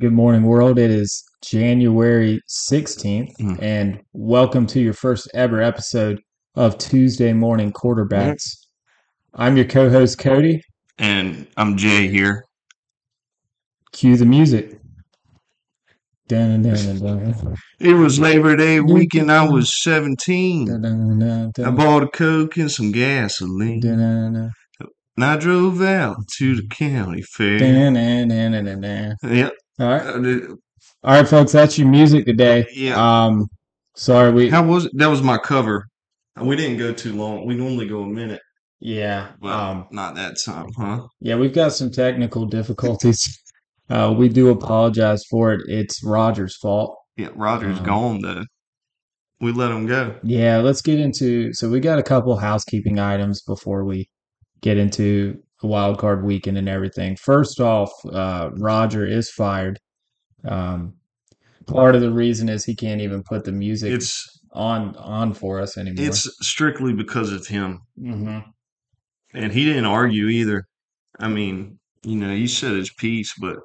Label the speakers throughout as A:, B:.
A: Good morning, world. It is January 16th,
B: Mm.
A: and welcome to your first ever episode of Tuesday Morning Quarterbacks. I'm your co host, Cody.
B: And I'm Jay here.
A: Cue the music. Dun, dun, dun, dun,
B: It was Labor Day weekend. I was 17.
A: dun, dun, dun,
B: I
A: dun,
B: bought a Coke and some
A: dun,
B: gasoline.
A: dun, dun,
B: And I drove out to the county fair.
A: dun, dun, dun, dun, dun, dun.
B: Yep.
A: All right.
B: I did-
A: All right, folks, that's your music today.
B: Yeah.
A: Um, sorry, we,
B: How was it? That was my cover. We didn't go too long. We normally go a minute.
A: yeah,
B: Well,
A: um,
B: not that time, huh?
A: Yeah, we've got some technical difficulties. Uh, we do apologize for it. It's Roger's fault.
B: Yeah, Roger's
A: Um,
B: gone, though. We let him go.
A: yeah, let's get into. So we got a couple housekeeping items before we get into the wild card weekend and everything. First off, uh, Roger is fired. Um, part of the reason is he can't even put the music
B: It's
A: on on for us anymore.
B: it's strictly because of him.
A: hmm
B: And he didn't argue either. I mean, you know, he said his piece, but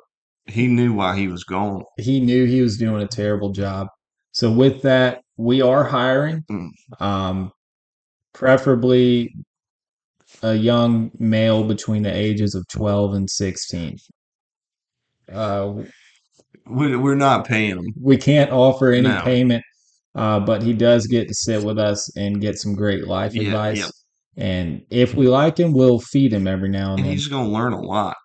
B: he knew why he was gone.
A: He knew he was doing a terrible job. So with that, we are hiring.
B: Mm.
A: Um, preferably a young male between the ages of 12 and 16. Uh,
B: We, we're not paying him.
A: we can't offer any
B: No.
A: payment, uh, but he does get to sit with us and get some great life
B: Yeah, yeah.
A: advice. And if we like him, we'll feed him every now and
B: And
A: then.
B: he's going to learn a lot.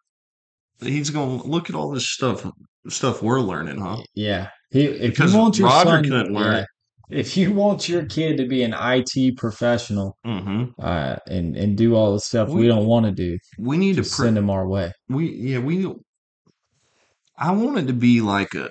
B: He's going to look at all this stuff stuff we're learning, huh?
A: Yeah. He, if you
B: Because
A: want your
B: Roger
A: son,
B: couldn't learn
A: yeah,
B: it.
A: if you want your kid to be an IT professional
B: hmm
A: uh, and and do all the stuff we
B: We
A: don't want to do,
B: we need to
A: just
B: pre-
A: send him our way.
B: we yeah we I want it to be like a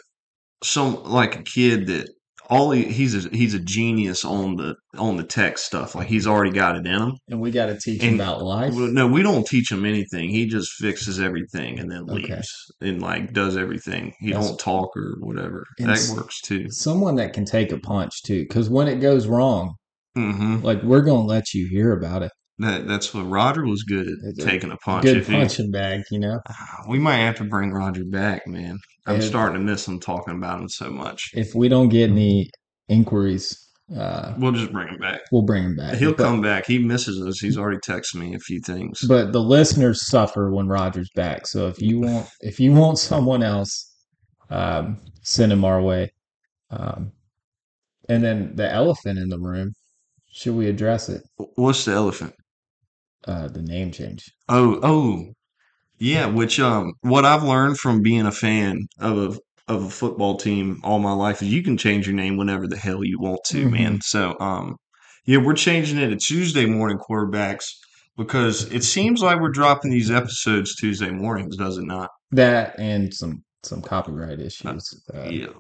B: some like a kid that all he, he's a, he's a genius on the on the tech stuff like he's already got it in him
A: And we got to teach him
B: and
A: about
B: well,
A: life.
B: no we don't teach him anything he just fixes everything and then
A: Okay,
B: leaves and like does everything he
A: that's
B: don't talk or whatever
A: and
B: that
A: s-
B: works too
A: someone that can take a punch too because when it goes wrong
B: hmm
A: like we're gonna let you hear about it
B: that that's what roger was good at
A: it's a
B: taking a punch
A: good
B: if he
A: punching bag you know
B: Ah, we might have to bring roger back man i'm
A: if
B: starting to miss him talking about him so much
A: if we don't get any inquiries uh
B: we'll just bring him back
A: we'll bring him back
B: he'll
A: but
B: come back he misses us he's already texted me a few things
A: but the listeners suffer when roger's back so if you want if you want someone else um send him our way um and then the elephant in the room should we address it
B: what's the elephant
A: uh the name change
B: oh oh Yeah, which um, what I've learned from being a fan of a, of a football team all my life is you can change your name whenever the hell you want to, man.
A: hmm
B: So um, yeah, we're changing it to Tuesday morning quarterbacks because it seems like we're dropping these episodes Tuesday mornings, does it not?
A: that and some some copyright
B: Uh,
A: issues uh
B: yeah,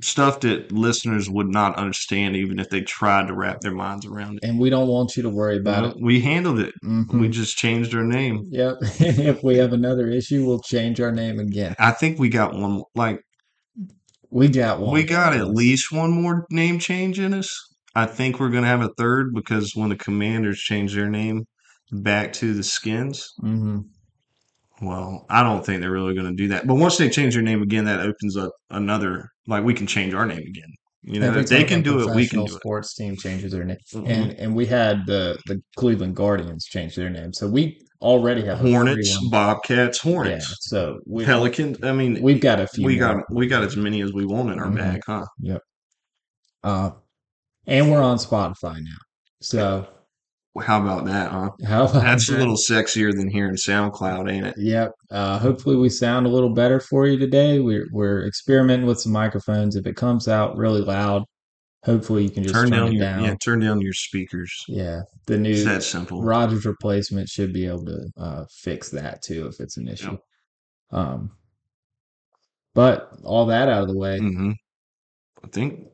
B: stuff that listeners would not understand even if they tried to wrap their minds around it.
A: and we don't want you to worry about
B: No,
A: it.
B: we handled it. We
A: hmm
B: just changed our name.
A: Yep. And if we have another issue, we'll change our name again.
B: I think we got one like.
A: We got
B: We
A: one
B: got
A: in
B: at
A: us.
B: least one more name change in us. I think we're going to have a third because when the commanders change their name back to the skins,
A: hmm
B: well, I don't think they're really going to do that. But once they change their name again, that opens up another, like we can change our name again. You know,
A: Every
B: if they
A: time
B: can
A: a
B: do it, we can
A: professional
B: do it.
A: sports team changes their name, and
B: Mhm.
A: and we had the the Cleveland Guardians change their name, so we already have a free
B: Hornets,
A: one.
B: Bobcats,
A: Yeah.
B: Hornets,
A: So we
B: Pelicans. I mean,
A: we've got a few
B: we
A: more.
B: got we got as many as we want in our
A: hmm
B: bag, huh?
A: Yep. Uh, and we're on Spotify now. So
B: How about that, huh?
A: how about
B: That's a
A: that?
B: little sexier than hearing SoundCloud, ain't it?
A: Yep. Uh, hopefully, we sound a little better for you today. We're we're experimenting with some microphones. If it comes out really loud, hopefully you can just
B: Turn
A: turn
B: down
A: it
B: your yeah,
A: down.
B: turn down your speakers.
A: Yeah, the
B: It's
A: new
B: that simple.
A: Rogers replacement should be able to uh, fix that too if it's an
B: Yeah.
A: issue. Um, but all that out of the way,
B: hmm I think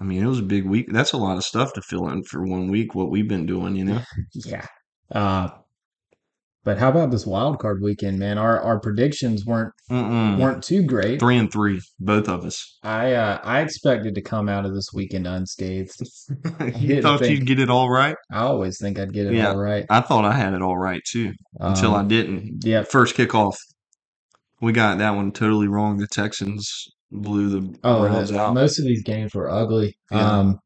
B: I mean it was a big week. That's a lot of stuff to fill in for one week. What we've been doing, you know.
A: yeah. Uh, but how about this wild card weekend, man? Our our predictions weren't
B: Mm-mm.
A: weren't too great.
B: Hmm. Three and three, both of us.
A: I uh, I expected to come out of this weekend unscathed. I
B: you
A: didn't
B: thought
A: think.
B: you'd get it all right?
A: I always think I'd get it
B: Yeah,
A: all right.
B: I thought I had it all right too, until I
A: Um,
B: didn't.
A: yep.
B: First kickoff. We got that one totally wrong. The Texans blew the
A: Oh,
B: Browns
A: that-
B: out.
A: most of these games were ugly.
B: Yeah.
A: Um,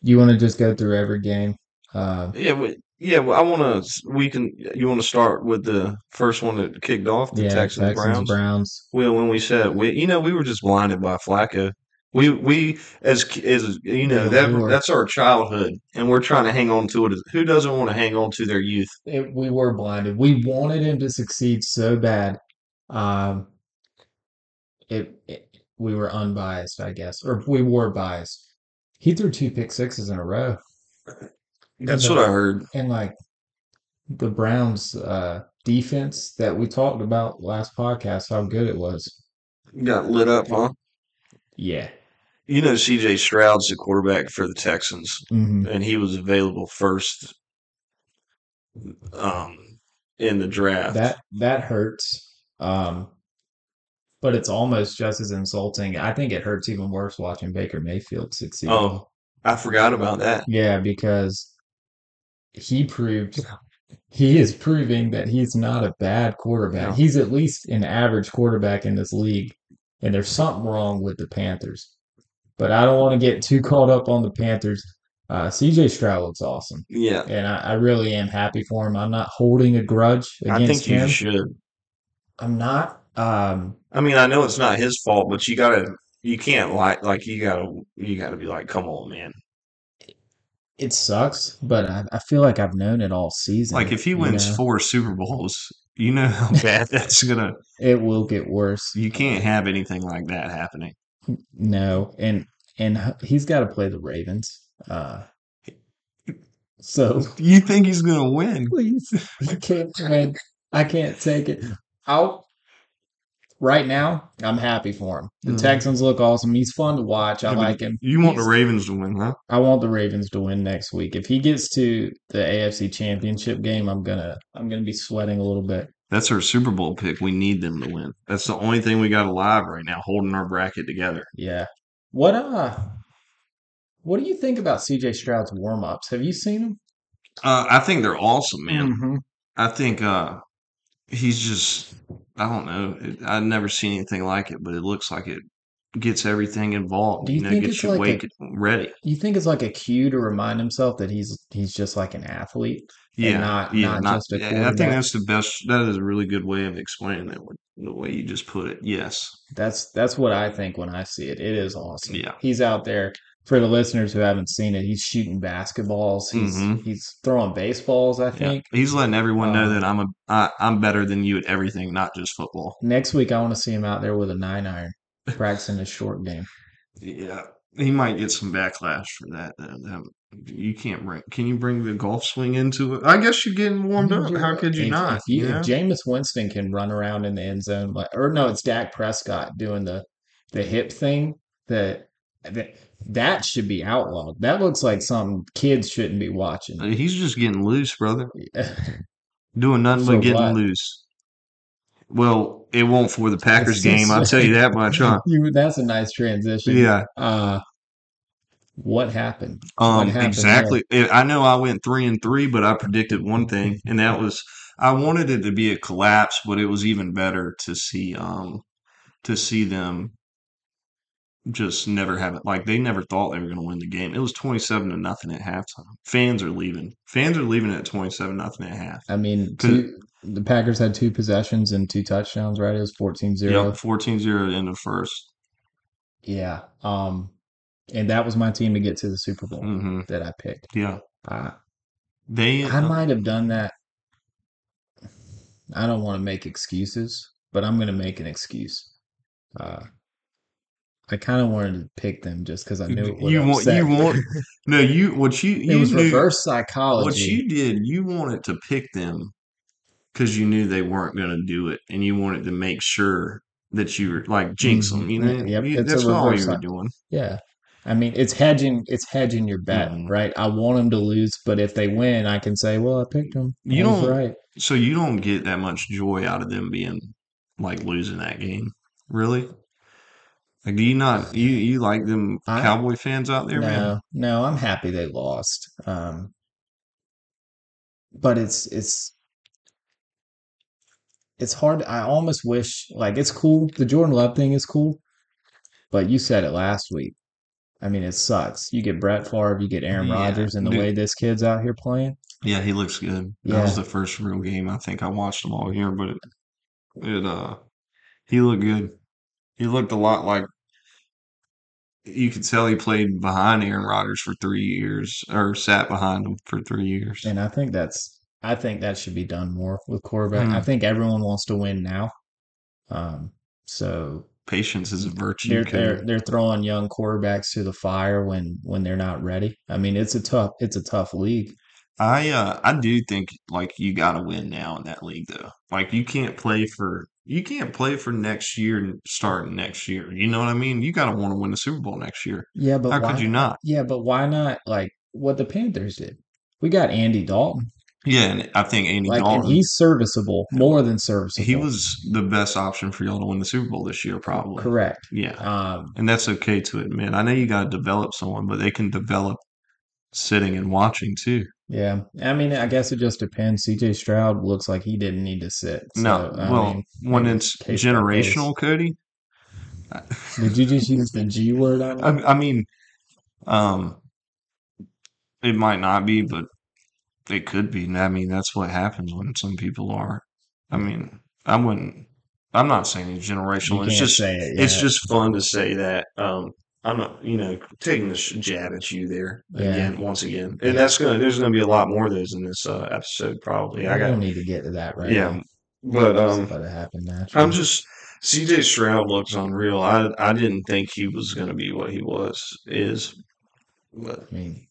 A: you want to just go through every game? Uh,
B: Yeah, we, yeah. Well, I want to. We can. You want to start with the first one that kicked off the
A: yeah,
B: Texans Browns.
A: Browns.
B: Well, when we said we, you know, we were just blinded by Flacco. We we as ki- as you know
A: Yeah,
B: that
A: we were.
B: that's our childhood, and we're trying to hang on to it. Who doesn't want to hang on to their youth?
A: It, we were blinded. We wanted him to succeed so bad. Um, it, it we were unbiased, I guess, or we were biased. He threw two pick sixes in a row,
B: That's
A: Yeah.
B: what I heard.
A: and like the Browns' uh, defense that we talked about last podcast, how good it was.
B: Got lit up, huh?
A: Yeah.
B: You know, C.J. Stroud's the quarterback for the Texans,
A: hmm
B: and he was available first um, in the draft.
A: That that hurts. Um, but it's almost just as insulting. I think it hurts even worse watching Baker Mayfield succeed.
B: oh, I forgot about that.
A: Yeah, because he proved he is proving that he's not a bad quarterback.
B: No.
A: He's at least an average quarterback in this league. And there's something wrong with the Panthers. But I don't want to get too caught up on the Panthers. Uh, CJ Stroud looks awesome.
B: Yeah,
A: And I, I really am happy for him. I'm not holding a grudge
B: I
A: against
B: think you
A: him.
B: should.
A: I'm not. Um,
B: I mean, I know it's not his fault, but you gotta, you can't like, like you gotta, you gotta be like, come on, man.
A: it sucks, but I, I feel like I've known it all season.
B: Like if he
A: you
B: wins
A: know?
B: four Super Bowls, you know how bad that's gonna.
A: it will get worse.
B: You can't have anything like that happening.
A: No, and and h- he's got to play the Ravens. Uh, so
B: You think he's gonna win?
A: please, he can't win. I can't take it. Out right now. I'm happy for him. The
B: Mhm.
A: Texans look awesome. He's fun to watch. I
B: Yeah, but
A: like him.
B: You want the
A: He's-
B: Ravens to win, huh?
A: I want the Ravens to win next week. If he gets to the AFC Championship game, I'm gonna I'm gonna be sweating a little bit.
B: That's our Super Bowl pick. We need them to win. That's the only thing we got alive right now, holding our bracket together.
A: Yeah. What uh what do you think about CJ Stroud's warm ups? Have you seen him?
B: Uh, I think they're awesome, man.
A: Mm.
B: mm-hmm. I think uh, he's just, I don't know. It, I've never seen anything like it, but it looks like it gets everything involved.
A: Do
B: You,
A: you
B: know,
A: think
B: gets
A: it's
B: you
A: like a-
B: wake ready.
A: You think it's like a cue to remind himself that he's he's just like an athlete?
B: Yeah,
A: not-
B: yeah,
A: not just a
B: yeah, I
A: quarterback.
B: think that's the best. That is a really good way of explaining it. The way you just put it. Yes.
A: That's that's what I think when I see it. It is awesome.
B: Yeah.
A: He's out there for the listeners who haven't seen it. He's shooting basketballs. He's
B: Mhm.
A: he's throwing baseballs, I
B: Yeah. Um,
A: think.
B: He's letting everyone know
A: uh,
B: that I'm a I, I'm better than you at everything, not just football.
A: Next week I want to see him out there with a nine iron practicing his short game.
B: Yeah, he might get some backlash for that. though. That- you can't bring. Can you bring the golf swing into it? I guess you're getting warmed up. How could you
A: if,
B: not?
A: If, you,
B: you know?
A: if Jameis Winston can run around in the end zone, like, or no, it's Dak Prescott doing the the hip thing. That that that should be outlawed. That looks like something kids shouldn't be watching.
B: Uh, He's just getting loose, brother. Doing nothing
A: For
B: but getting
A: what?
B: loose. Well, it won't for the Packers game. I'll tell you that much, huh?
A: You- that's a nice transition.
B: Yeah.
A: Uh, what happened?
B: Um,
A: happened
B: exactly. It- I know I went three and three, but I predicted one thing, and that was I wanted it to be a collapse, but it was even better to see um to see them just never have it. Like they never thought they were going to win the game. It was twenty seven to nothing at halftime. Fans are leaving. Fans are leaving at twenty seven nothing at half.
A: I mean, two, the Packers had two possessions and two touchdowns. Right? It was 14-0.
B: Yep, 14-0 in the first.
A: Yeah. Um, and that was my team to get to the Super Bowl
B: hmm
A: that I picked.
B: Yeah,
A: Uh,
B: they.
A: I might have done that. I don't want to make excuses, but I'm going to make an excuse. Uh, I kind of wanted to pick them just because I knew it would
B: you want
A: upset.
B: you want no you what you you
A: it was
B: knew,
A: reverse
B: what
A: psychology.
B: you did you wanted to pick them because you knew they weren't going to do it and you wanted to make sure that you were like jinx them
A: Mhm.
B: you know
A: Yep,
B: You-
A: it's a
B: that's all
A: reverse
B: you were
A: psych-
B: doing
A: yeah, I mean it's hedging. It's hedging your bet,
B: Mhm.
A: right? I want them to lose, but if they win, I can say, "Well, I picked them.
B: You
A: I was
B: don't-
A: right."
B: so you don't get that much joy out of them being like losing that game really like do you not you you like them
A: I-
B: cowboy fans out there man
A: No, no, I'm happy they lost. Um, but it's it's it's hard. I almost wish like it's cool. The Jordan Love thing is cool, but you said it last week. I mean, it sucks. You get Brett Favre, you get Aaron
B: Yeah,
A: Rodgers, and the
B: dude.
A: way this kid's out here playing.
B: Yeah, he looks good. That was the first real game I think I watched him all year, but it, it uh he looked good. He looked a lot like you could tell he played behind Aaron Rodgers for three years or sat behind him for three years.
A: And I think that's I think that should be done more with quarterback.
B: Mm.
A: I think everyone wants to win now. Um, so
B: Patience is a virtue.
A: they're
B: Cody.
A: they're they're throwing young quarterbacks to the fire when when they're not ready. I mean, it's a tough it's a tough league.
B: I uh I do think like you gotta win now in that league though. Like you can't play for you can't play for next year and starting next year. You know what I mean? You gotta want to win the Super Bowl next year.
A: Yeah, but
B: How
A: why
B: could you not?
A: Yeah, but why not like what the Panthers did? We got Andy Dalton.
B: Yeah, and I think Andy
A: Like and
B: Dalton
A: he's serviceable, more than serviceable.
B: he was the best option for y'all to win the Super Bowl this year, probably.
A: correct.
B: Yeah.
A: Um
B: And that's okay to admit. I know you gotta develop someone, but they can develop sitting and watching too.
A: yeah. I mean, I guess it just depends. CJ Stroud looks like he didn't need to sit.
B: No,
A: So, I
B: well,
A: mean,
B: when
A: maybe
B: it's
A: case by
B: generational, Cody,
A: Did you just use the G word on
B: I,
A: it?
B: I mean, um, it might not be, but it could be. I mean, that's what happens when some people are. I mean, I wouldn't. I'm not saying it's
A: You
B: generational.
A: can't
B: It's just
A: say it.
B: it's
A: yeah.
B: just fun to say that. Um, I'm not, you know, taking the sh- jab at you there
A: Yeah.
B: again, once again, and that's gonna. There's gonna be a lot more of those in this uh, episode, probably. I
A: we don't
B: got,
A: need to get to that right.
B: yeah,
A: now.
B: but
A: Just
B: um,
A: let it happen naturally.
B: I'm just CJ Stroud looks unreal. I I didn't think he was gonna be what he was is, but
A: I mean,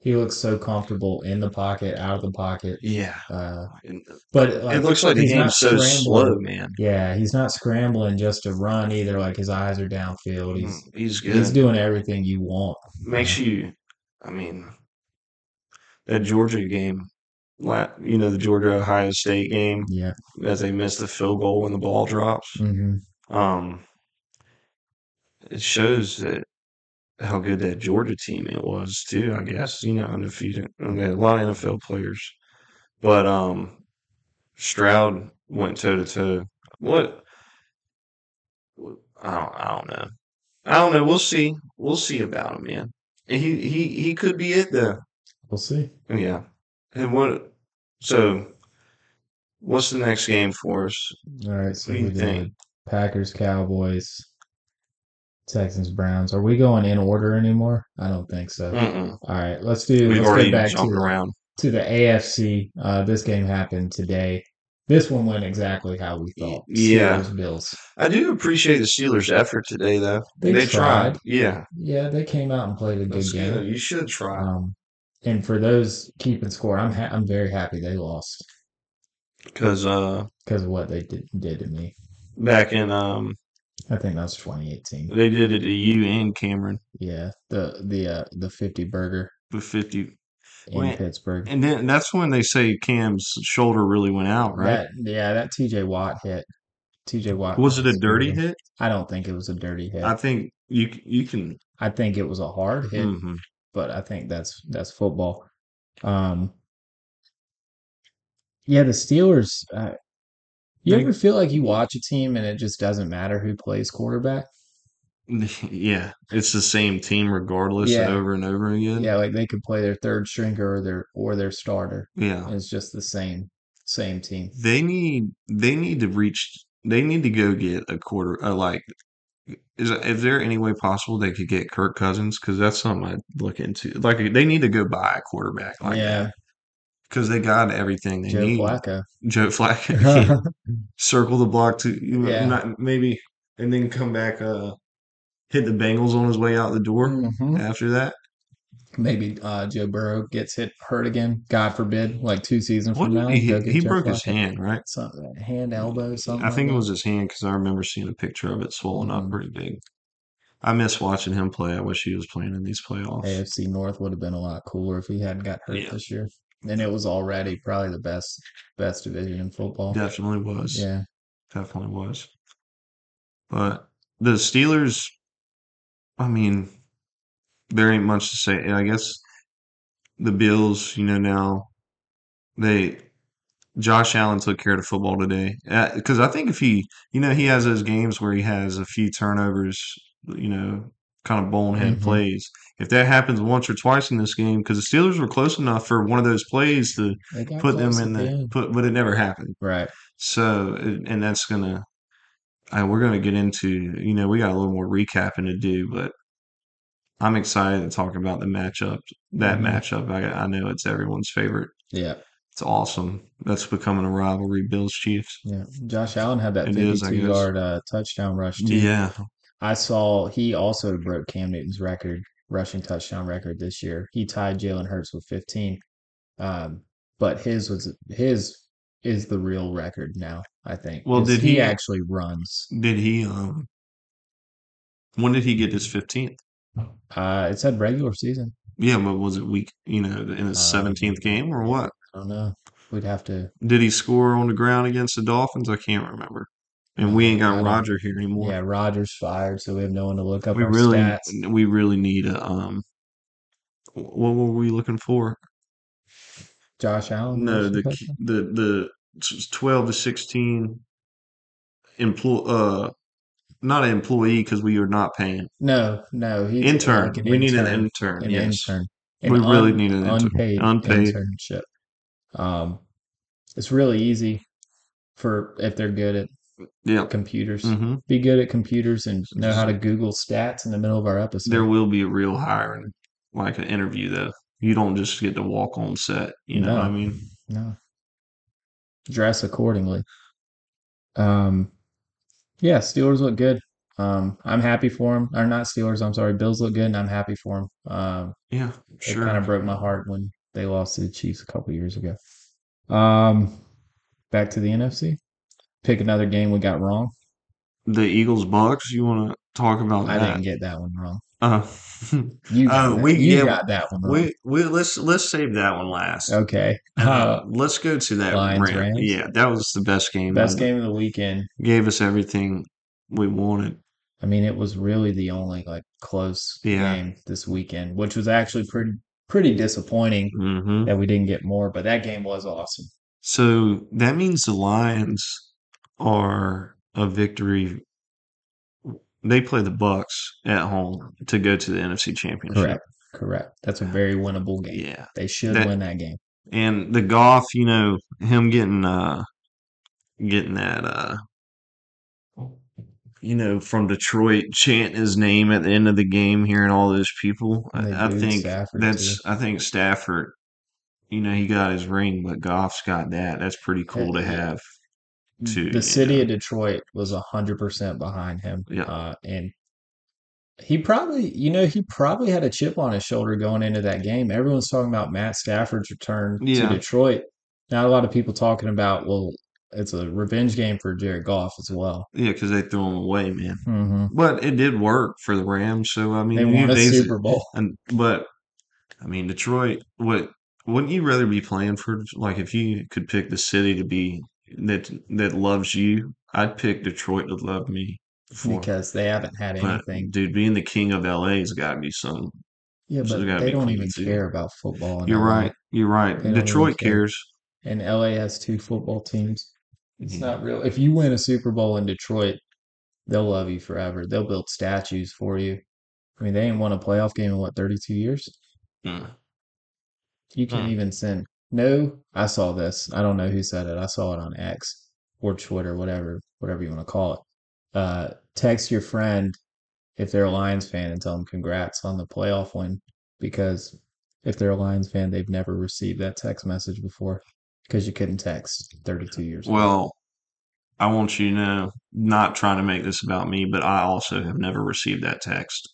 A: he looks so comfortable in the pocket, out of the pocket.
B: yeah,
A: Uh,
B: And
A: but like,
B: it looks like the
A: he's not
B: game's so
A: scrambling.
B: slow, man.
A: Yeah, he's not scrambling just to run either. Like his eyes are downfield. He's
B: Mm, He's
A: he's
B: good.
A: doing everything you want.
B: Makes you, I mean, that Georgia game, la- you know, the Georgia Ohio State game
A: Yeah.
B: that they missed the field goal when the ball drops.
A: hmm
B: Um, it shows that how good that Georgia team it was too. I guess you know undefeated. I mean, a lot of NFL players, but um, Stroud went toe to toe. What? I don't, I don't know. I don't know. We'll see. We'll see about him, man. And He he he could be it though. Oh,
A: We'll see.
B: Yeah. And what? So, what's the next game for us?
A: All right. So
B: What do you
A: we
B: think?
A: did Packers, Cowboys, Texans, Browns. Are we going in order anymore? I don't think so.
B: Mm-mm.
A: All right. Let's do.
B: Mm. We've
A: let's
B: already
A: go back to
B: jumped around.
A: to the AFC. Uh, this game happened today. This one went exactly how we thought.
B: Yeah.
A: Steelers, Bills.
B: I do appreciate the Steelers' effort today, though.
A: They tried.
B: Yeah,
A: Yeah, they came out and played a good
B: that's
A: game.
B: good. You should try.
A: Um, and for those keeping score, I'm ha- I'm very happy they lost
B: Because uh,
A: because of what they did, did to me.
B: back in um,
A: I think that's 2018.
B: they did it to you and Cameron
A: Yeah, the the uh, the 50 burger
B: with fifty,
A: in
B: Wait,
A: Pittsburgh.
B: and then that's when they say Cam's shoulder really went out,
A: That
B: right?
A: yeah, that TJ Watt hit. TJ Watt
B: was it a dirty
A: hit?
B: hit?
A: I don't think it was a dirty hit.
B: I
A: I,
B: think you c- you can.
A: think it was a hard hit.
B: mhm.
A: but I think that's that's football. Um, yeah, the Steelers. Uh, you
B: They-
A: ever feel like you watch a team and it just doesn't matter who plays quarterback?
B: Yeah, it's the same team regardless,
A: Yeah.
B: over and over again.
A: Yeah, like they could play their third stringer or their or their starter.
B: yeah.
A: It's just the same same team.
B: They need they need to reach. They need to go get a quarter. Uh, like, is is there any way possible they could get Kirk Cousins? Because that's something I'd look into. Like, they need to go buy a quarterback like
A: yeah,
B: because they got everything they
A: Joe
B: need.
A: Flacco.
B: Joe Flacco.
A: yeah,
B: Circle the block to you know,
A: Yeah.
B: not, maybe, and then come back. Uh, hit the Bengals on his way out the door.
A: mhm.
B: After that,
A: Maybe uh, Joe Burrow gets hit hurt again. God forbid, like two seasons
B: what
A: from now.
B: did he
A: go
B: hit?
A: get
B: He
A: Joe
B: broke his
A: Flacco.
B: hand, right?
A: Something, hand, elbow, something.
B: I
A: like
B: think it
A: that.
B: was his hand because I remember seeing a picture of it swollen up
A: Mhm.
B: pretty big. I miss watching him play. I wish he was playing in these playoffs.
A: AFC North would have been a lot cooler if he hadn't got hurt
B: Yeah.
A: this year. And it was already probably the best best division in football.
B: Definitely was.
A: Yeah.
B: Definitely was. But the Steelers, I mean, there ain't much to say. And I guess the Bills, you know, now they Josh Allen took care of the football today because I think if he, you know, he has those games where he has a few turnovers, you know, kind of bonehead
A: Mhm.
B: plays. If that happens once or twice in this game, because the Steelers were close enough for one of those plays to
A: They got
B: put them
A: close
B: in
A: at the
B: the
A: end.
B: put, but it never happened.
A: Right.
B: So, and and that's gonna, I, we're gonna get into, you know, we got a little more recapping to do, but I'm excited to talk about the matchup. That
A: Mhm.
B: matchup, I, I know it's everyone's favorite.
A: Yeah.
B: It's awesome. That's becoming a rivalry. Bills Chiefs.
A: Yeah. Josh Allen had that
B: It is, I
A: 52
B: guess.
A: yard uh, touchdown rush too.
B: Yeah,
A: I saw he also broke Cam Newton's record, rushing touchdown record this year. He tied Jalen Hurts with 15. Um, but his was his is the real record now, I think.
B: Well,
A: 'cause
B: did
A: he
B: he-
A: actually runs?
B: Did he? Um, when did he get his fifteenth?
A: Uh, it said regular season.
B: Yeah, but was it week? You know, in his
A: Um,
B: seventeenth game or what?
A: I don't know. We'd have to.
B: Did he score on the ground against the Dolphins? I can't remember. And
A: No,
B: we ain't
A: I
B: got
A: don't-
B: Roger here anymore.
A: Yeah, Rogers fired, so we have no one to look up
B: we
A: our
B: really,
A: stats.
B: we really need a. Um, what were we looking for?
A: Josh Allen.
B: No,
A: rushing
B: the
A: touchdown?
B: the the s- twelve to sixteen employ uh not an employee because we are not paying
A: No, no. He
B: intern.
A: like an
B: we need an
A: intern.
B: intern.
A: an
B: yes,
A: intern.
B: we
A: An
B: really
A: un-
B: need an intern.
A: unpaid,
B: Unpaid.
A: internship. Um, it's really easy for if they're good at
B: Yeah.
A: computers.
B: hmm
A: Be good at computers and know how to Google stats in the middle of our episode.
B: There will be a real hiring, like an interview though. You don't just get to walk on set. You know what I
A: No.
B: mean?
A: no. Dress accordingly. Um, yeah, Steelers look good. Um, I'm happy for them. Or not Steelers. I'm sorry. Bills look good, and I'm happy for them. Um,
B: Yeah,
A: it
B: sure.
A: kind of broke my heart when they lost to the Chiefs a couple years ago. Um, back to the NFC. Pick another game we got wrong.
B: The Eagles Bucks. You want to talk about
A: I
B: that?
A: didn't get that one wrong.
B: Uh,
A: You got,
B: Oh,
A: that.
B: we-
A: you
B: yeah,
A: got that one wrong.
B: we we let's let's save that one last.
A: okay.
B: Uh,
A: Uh,
B: let's go to that
A: Lions,
B: rant.
A: Rams?
B: Yeah, that was the best game.
A: best
B: I-
A: game of the weekend.
B: gave us everything we wanted.
A: I mean, it was really the only like close
B: Yeah.
A: game this weekend, which was actually pretty pretty disappointing
B: hmm
A: that we didn't get more. But that game was awesome.
B: So that means the Lions are a victory. They play the Bucks at home to go to the NFC Championship.
A: Correct. Correct. That's a very winnable game.
B: Yeah,
A: They should
B: That-
A: win that game.
B: and the golf, you know, him getting uh getting that uh you know from Detroit chanting his name at the end of the game, hearing all those people.
A: And they
B: I, I
A: booed
B: think
A: Stafford,
B: that's I think Stafford. You know, he got his ring, but Goff's got that. That's pretty cool to
A: yeah.
B: have. too,
A: the city
B: yeah.
A: of Detroit was hundred percent behind him.
B: Yeah.
A: Uh, and he probably, you know, he probably had a chip on his shoulder going into that game. Everyone's talking about Matt Stafford's return
B: Yeah.
A: to Detroit. Not a lot of people talking about, well, it's a revenge game for Jared Goff as well.
B: Yeah, because they threw him away, man.
A: Mm-hmm.
B: But it did work for the Rams. So I mean,
A: They
B: you-
A: won a
B: they-
A: Super Bowl.
B: And but I mean, Detroit. What wouldn't you rather be playing for? Like, if you could pick the city to be that that loves you, I'd pick Detroit to love me. For,
A: Because they haven't had
B: but,
A: anything.
B: dude, being the king of LA has got to be some.
A: Yeah,
B: it's
A: but
B: gotta
A: they
B: be
A: don't
B: cool
A: even
B: too.
A: care about football. in
B: You're
A: LA.
B: right. You're right.
A: Oh, They don't even
B: Detroit
A: care.
B: cares.
A: And LA has two football teams. It's
B: Mm-hmm.
A: not real. If you win a Super Bowl in Detroit, they'll love you forever. They'll build statues for you. I mean, they ain't won a playoff game in what thirty-two years.
B: Mm.
A: You can't
B: Hmm.
A: even send. No, I saw this. I don't know who said it. I saw it on X or Twitter, whatever, whatever you want to call it. Uh, text your friend if they're a Lions fan and tell them congrats on the playoff win because if they're a Lions fan, they've never received that text message before because you couldn't text 32 years ago.
B: Well, I want you to know, not trying to make this about me, but I also have never received that text.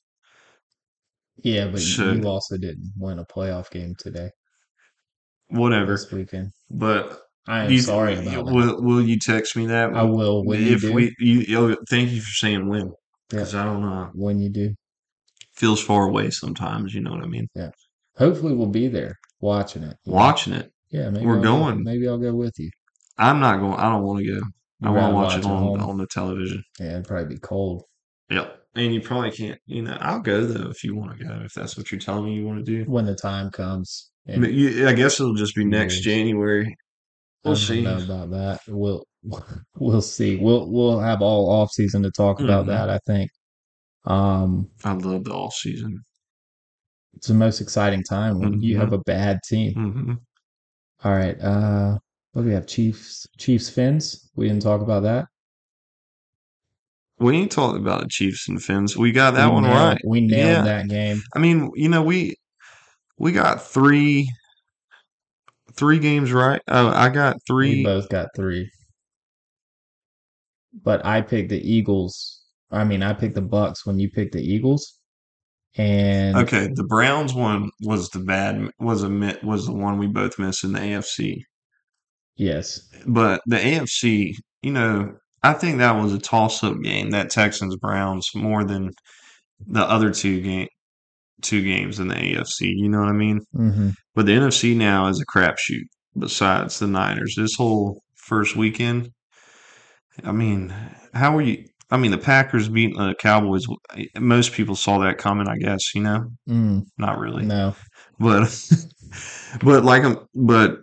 A: Yeah, but
B: so-
A: you also didn't win a playoff game today
B: Whatever.
A: this weekend.
B: But
A: I am
B: you-
A: sorry about that.
B: you- Will, will you text me that?
A: I will when you
B: if
A: do.
B: we, you, yo, thank you for saying when,
A: Yeah.
B: because I don't know.
A: when you do.
B: Feels far away sometimes. You know what I mean?
A: Hopefully, we'll be there watching it. you know?
B: Watching it,
A: Yeah, maybe
B: We're
A: I'll go-
B: going.
A: maybe I'll go with you.
B: I'm not going. I don't want to go. I
A: You'd
B: want
A: rather
B: to watch it
A: at
B: on
A: home.
B: on the television.
A: Yeah, it'd probably be cold.
B: Yep. And you probably can't. You know, I'll go though if you want to go. If that's what you're telling me you want to do.
A: When the time comes, and
B: But you, I guess it'll just be next
A: Years.
B: January.
A: I
B: We'll
A: don't
B: see.
A: know about that. We'll we'll see. We'll we'll have all off season to talk about
B: Mhm.
A: that. I think. Um,
B: I love the off season.
A: it's the most exciting time when you
B: Mm-hmm.
A: have a bad team.
B: hmm
A: All right. Uh, what do we have? Chiefs. Chiefs. Fins. We didn't talk about that.
B: We ain't talking about the Chiefs and Fins. We got that
A: we
B: one
A: nailed,
B: right.
A: We nailed
B: Yeah.
A: that game.
B: I mean, you know, we we got three three games right. Oh, I got
A: We
B: three.
A: both got three. But I picked the Eagles. I mean, I picked the Bucks when you picked the Eagles. And
B: Okay, the Browns one was the bad was a mi- was the one we both missed in the AFC.
A: yes,
B: But the AFC, you know, I think that was a toss up game. That Texans Browns more than the other two game two games in the AFC. You know what I mean?
A: hmm
B: But the NFC now is a crapshoot. Besides the Niners, this whole first weekend, I mean, how were you? I mean, the Packers beating the Cowboys. Most people saw that coming, I guess. You know,
A: mm,
B: not really,
A: no,
B: but but like um, but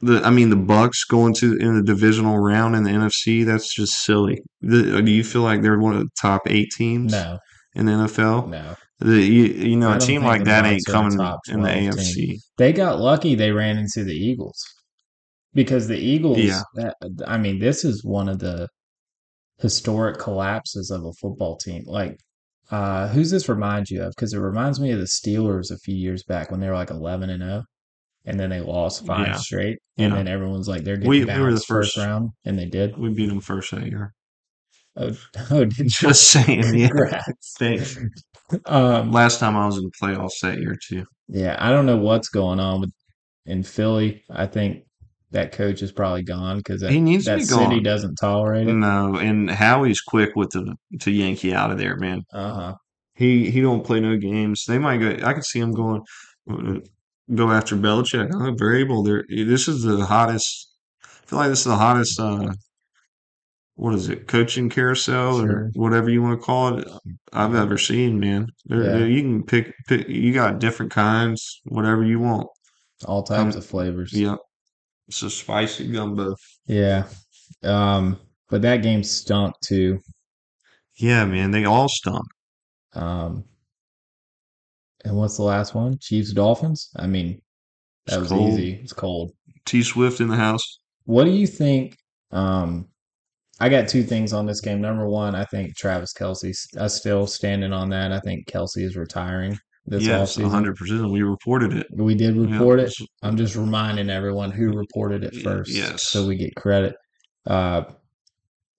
B: the I mean, the Bucks going to in the divisional round in the NFC. That's just silly. The, do you feel like they're one of the top eight teams
A: no,
B: in the NFL?
A: no.
B: The, you, you know,
A: I
B: a
A: don't
B: team
A: think
B: like
A: the
B: that
A: Bucs
B: ain't
A: are a
B: coming
A: top
B: in the
A: 12 team.
B: AFC.
A: They got lucky. They ran into the Eagles because the Eagles.
B: Yeah.
A: that- I mean, this is one of the historic collapses of a football team. Like, uh, who's this remind you of? Because it reminds me of the Steelers a few years back when they were like eleven and zero, and then they lost five
B: Yeah.
A: straight, and
B: Yeah.
A: then everyone's like they're getting
B: We- we were the
A: bounced first,
B: first-
A: round, and they did.
B: We beat them first that year.
A: Oh, oh did you?
B: Just saying. Yeah.
A: Congrats.
B: Thanks.
A: Um,
B: Last time I was in the playoffs that year too.
A: yeah, I don't know what's going on with in Philly. I think that coach is probably gone because that,
B: He needs to
A: that
B: be
A: city
B: gone.
A: doesn't tolerate it.
B: No, and Howie's quick with the to Yankee out of there, man.
A: Uh huh.
B: He he don't play no games. They might go. I could see him going uh, go after Belichick. Oh, variable. There. This is the hottest. I feel like this is the hottest. Uh, what is it? Coaching carousel
A: Sure.
B: or whatever you want to call it. uh, I've ever seen, man. There,
A: Yeah.
B: there- you can pick, pick. You got different kinds, whatever you want.
A: All types
B: Um,
A: of flavors.
B: Yep. It's a spicy gumbo.
A: Yeah. Um, but that game stunk too.
B: Yeah, man. They all stunk.
A: Um, and what's the last one? Chiefs Dolphins? I mean, that
B: It's
A: was
B: cold.
A: easy. It's cold.
B: T Swift in the house.
A: What do you think? Um, I got two things on this game. Number one, I think Travis Kelsey, I still standing on that. I think Kelsey is retiring this
B: yes,
A: offseason.
B: hundred percent. We reported it.
A: We did
B: Yeah,
A: report it.
B: it's-
A: I'm just reminding everyone who reported it
B: Yeah,
A: first,
B: yes.
A: so we get credit. Uh,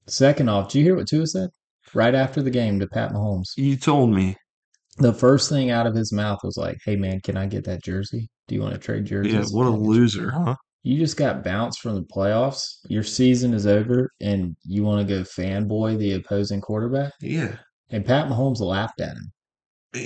A: second off, do you hear what Tua said right after the game to Pat Mahomes?
B: You told me.
A: The first thing out of his mouth was like, "Hey man, can I get that jersey? Do you want to trade jerseys?"
B: Yeah, what a loser, huh?
A: You just got bounced from the playoffs. Your season is over, and you want to go fanboy the opposing quarterback?
B: Yeah.
A: And Pat Mahomes laughed at him.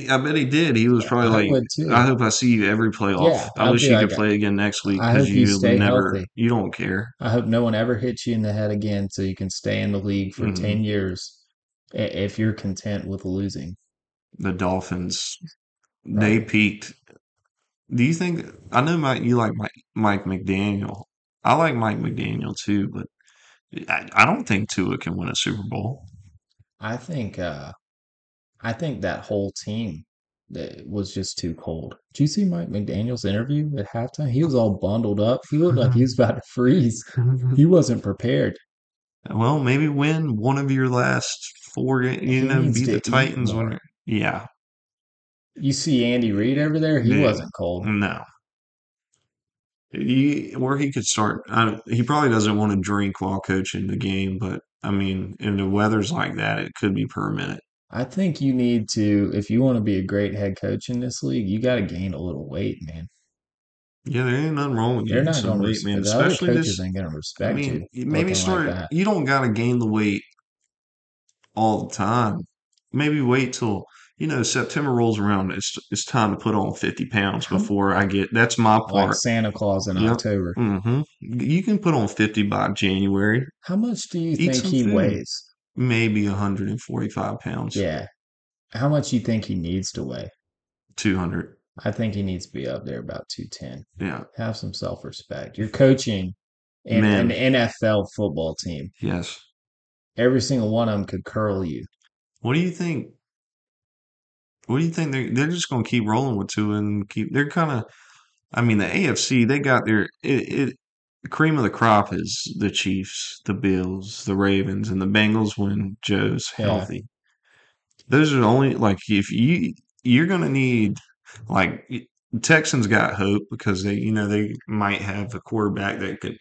B: I bet he did. He was probably
A: I
B: like,
A: would too.
B: I hope I see you every playoff.
A: Yeah,
B: I
A: I'd
B: wish
A: be
B: you
A: like,
B: could play again next week
A: I
B: because
A: hope you stay
B: never,
A: healthy.
B: you don't care.
A: I hope no one ever hits you in the head again so you can stay in the league for
B: Mhm.
A: 10 years i- if you're content with losing.
B: The Dolphins, they
A: Right.
B: peaked. Do you think, I know Mike, you like Mike, Mike McDaniel. I like Mike McDaniel too, but I, I don't think Tua can win a Super Bowl.
A: I think uh I think that whole team that was just too cold. Did you see Mike McDaniel's interview at halftime? He was all bundled up. He looked like he was about to freeze. He wasn't prepared.
B: Well, maybe win one of your last four. ga-
A: He
B: You know,
A: needs
B: beat
A: to
B: the
A: eat
B: Titans
A: more.
B: when. Yeah,
A: You see Andy Reid over there? He
B: Yeah. Mm.
A: wasn't cold.
B: no. He, or he could start. I, he probably doesn't want to drink while coaching the game, but I mean, in the weather's like that, it could be per minute.
A: I think you need to if you want to be a great head coach in this league, you got to gain a little weight, man.
B: Yeah, there ain't nothing wrong with
A: They're
B: getting
A: not
B: some
A: going to
B: weight, man.
A: respect. The other
B: Especially
A: coaches
B: this.
A: ain't going to
B: I
A: respect
B: mean,
A: you.
B: maybe
A: looking
B: start.
A: like that.
B: you don't gotta gain the weight all the time. Maybe wait till you know September rolls around. It's it's time to put on fifty pounds
A: How-
B: before I get. That's my
A: Like
B: part.
A: Santa Claus in
B: Yep.
A: October.
B: Mm-hmm. You can put on 50 by January,
A: How much do you
B: Eat
A: think
B: some
A: he
B: food.
A: weighs?
B: maybe 145 pounds,
A: Yeah. How much do you think he needs to weigh?
B: 200.
A: I think he needs to be up there about 210.
B: Yeah.
A: Have some self respect. You're coaching in
B: Man.
A: an NFL football team.
B: Yes.
A: Every single one of them could curl you.
B: What do you think? What do you think they're they're just going to keep rolling with two and keep they're kind of I mean the AFC they got their it, it the cream of the crop is the Chiefs, the Bills, the Ravens and the Bengals when Joe's
A: Yeah.
B: healthy. Those are the only like if you you're going to need like Texans got hope because they you know they might have a quarterback that could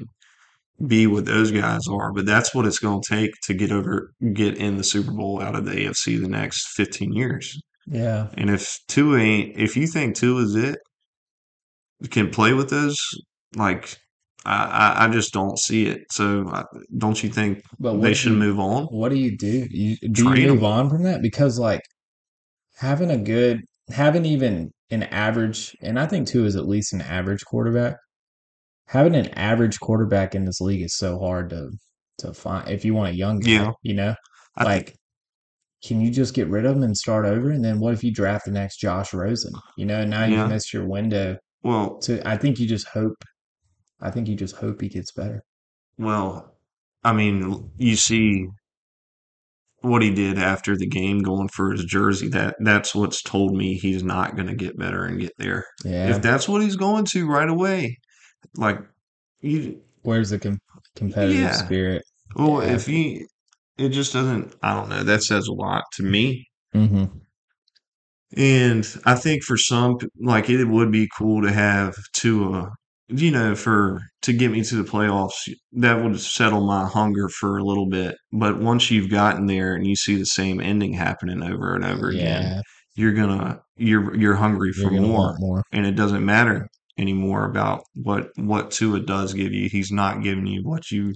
B: be what those guys are, but that's what it's going to take to get over, get in the Super Bowl out of the AFC the next 15 years.
A: Yeah.
B: And if two ain't, if you think two is it, you can play with those, like, I, I, I just don't see it. So I, don't you think
A: But what
B: they
A: do
B: should
A: you-
B: move on?
A: What do you do? You, do
B: Trade
A: you
B: 'em.
A: move on from that? Because like having a good, having even an average, and I think two is at least an average quarterback. Having an average quarterback in this league is so hard to to find. If you want a young guy,
B: Yeah.
A: you know,
B: I
A: like
B: think,
A: can you just get rid of him and start over? And then what if you draft the next Josh Rosen? You know, now
B: Yeah.
A: you've missed your window.
B: well,
A: To I think you just hope. I think you just hope he gets better.
B: well, I mean, you see what he did after the game going for his jersey. That, that's what's told me he's not going to get better and get there.
A: Yeah.
B: if that's what he's going to right away, like you,
A: Where's the com- competitive
B: Yeah.
A: spirit?
B: well,
A: Yeah.
B: if he, it just doesn't. I don't know. That says a lot to me.
A: Mm-hmm.
B: And I think for some, like it would be cool to have Tua, you know, for to get me to the playoffs. That would settle my hunger for a little bit. But once you've gotten there and you see the same ending happening over and over again,
A: Yeah.
B: you're gonna you're you're hungry
A: You're
B: for
A: gonna
B: more.
A: want more.
B: and it doesn't matter anymore about what what Tua does give you. He's not giving you what you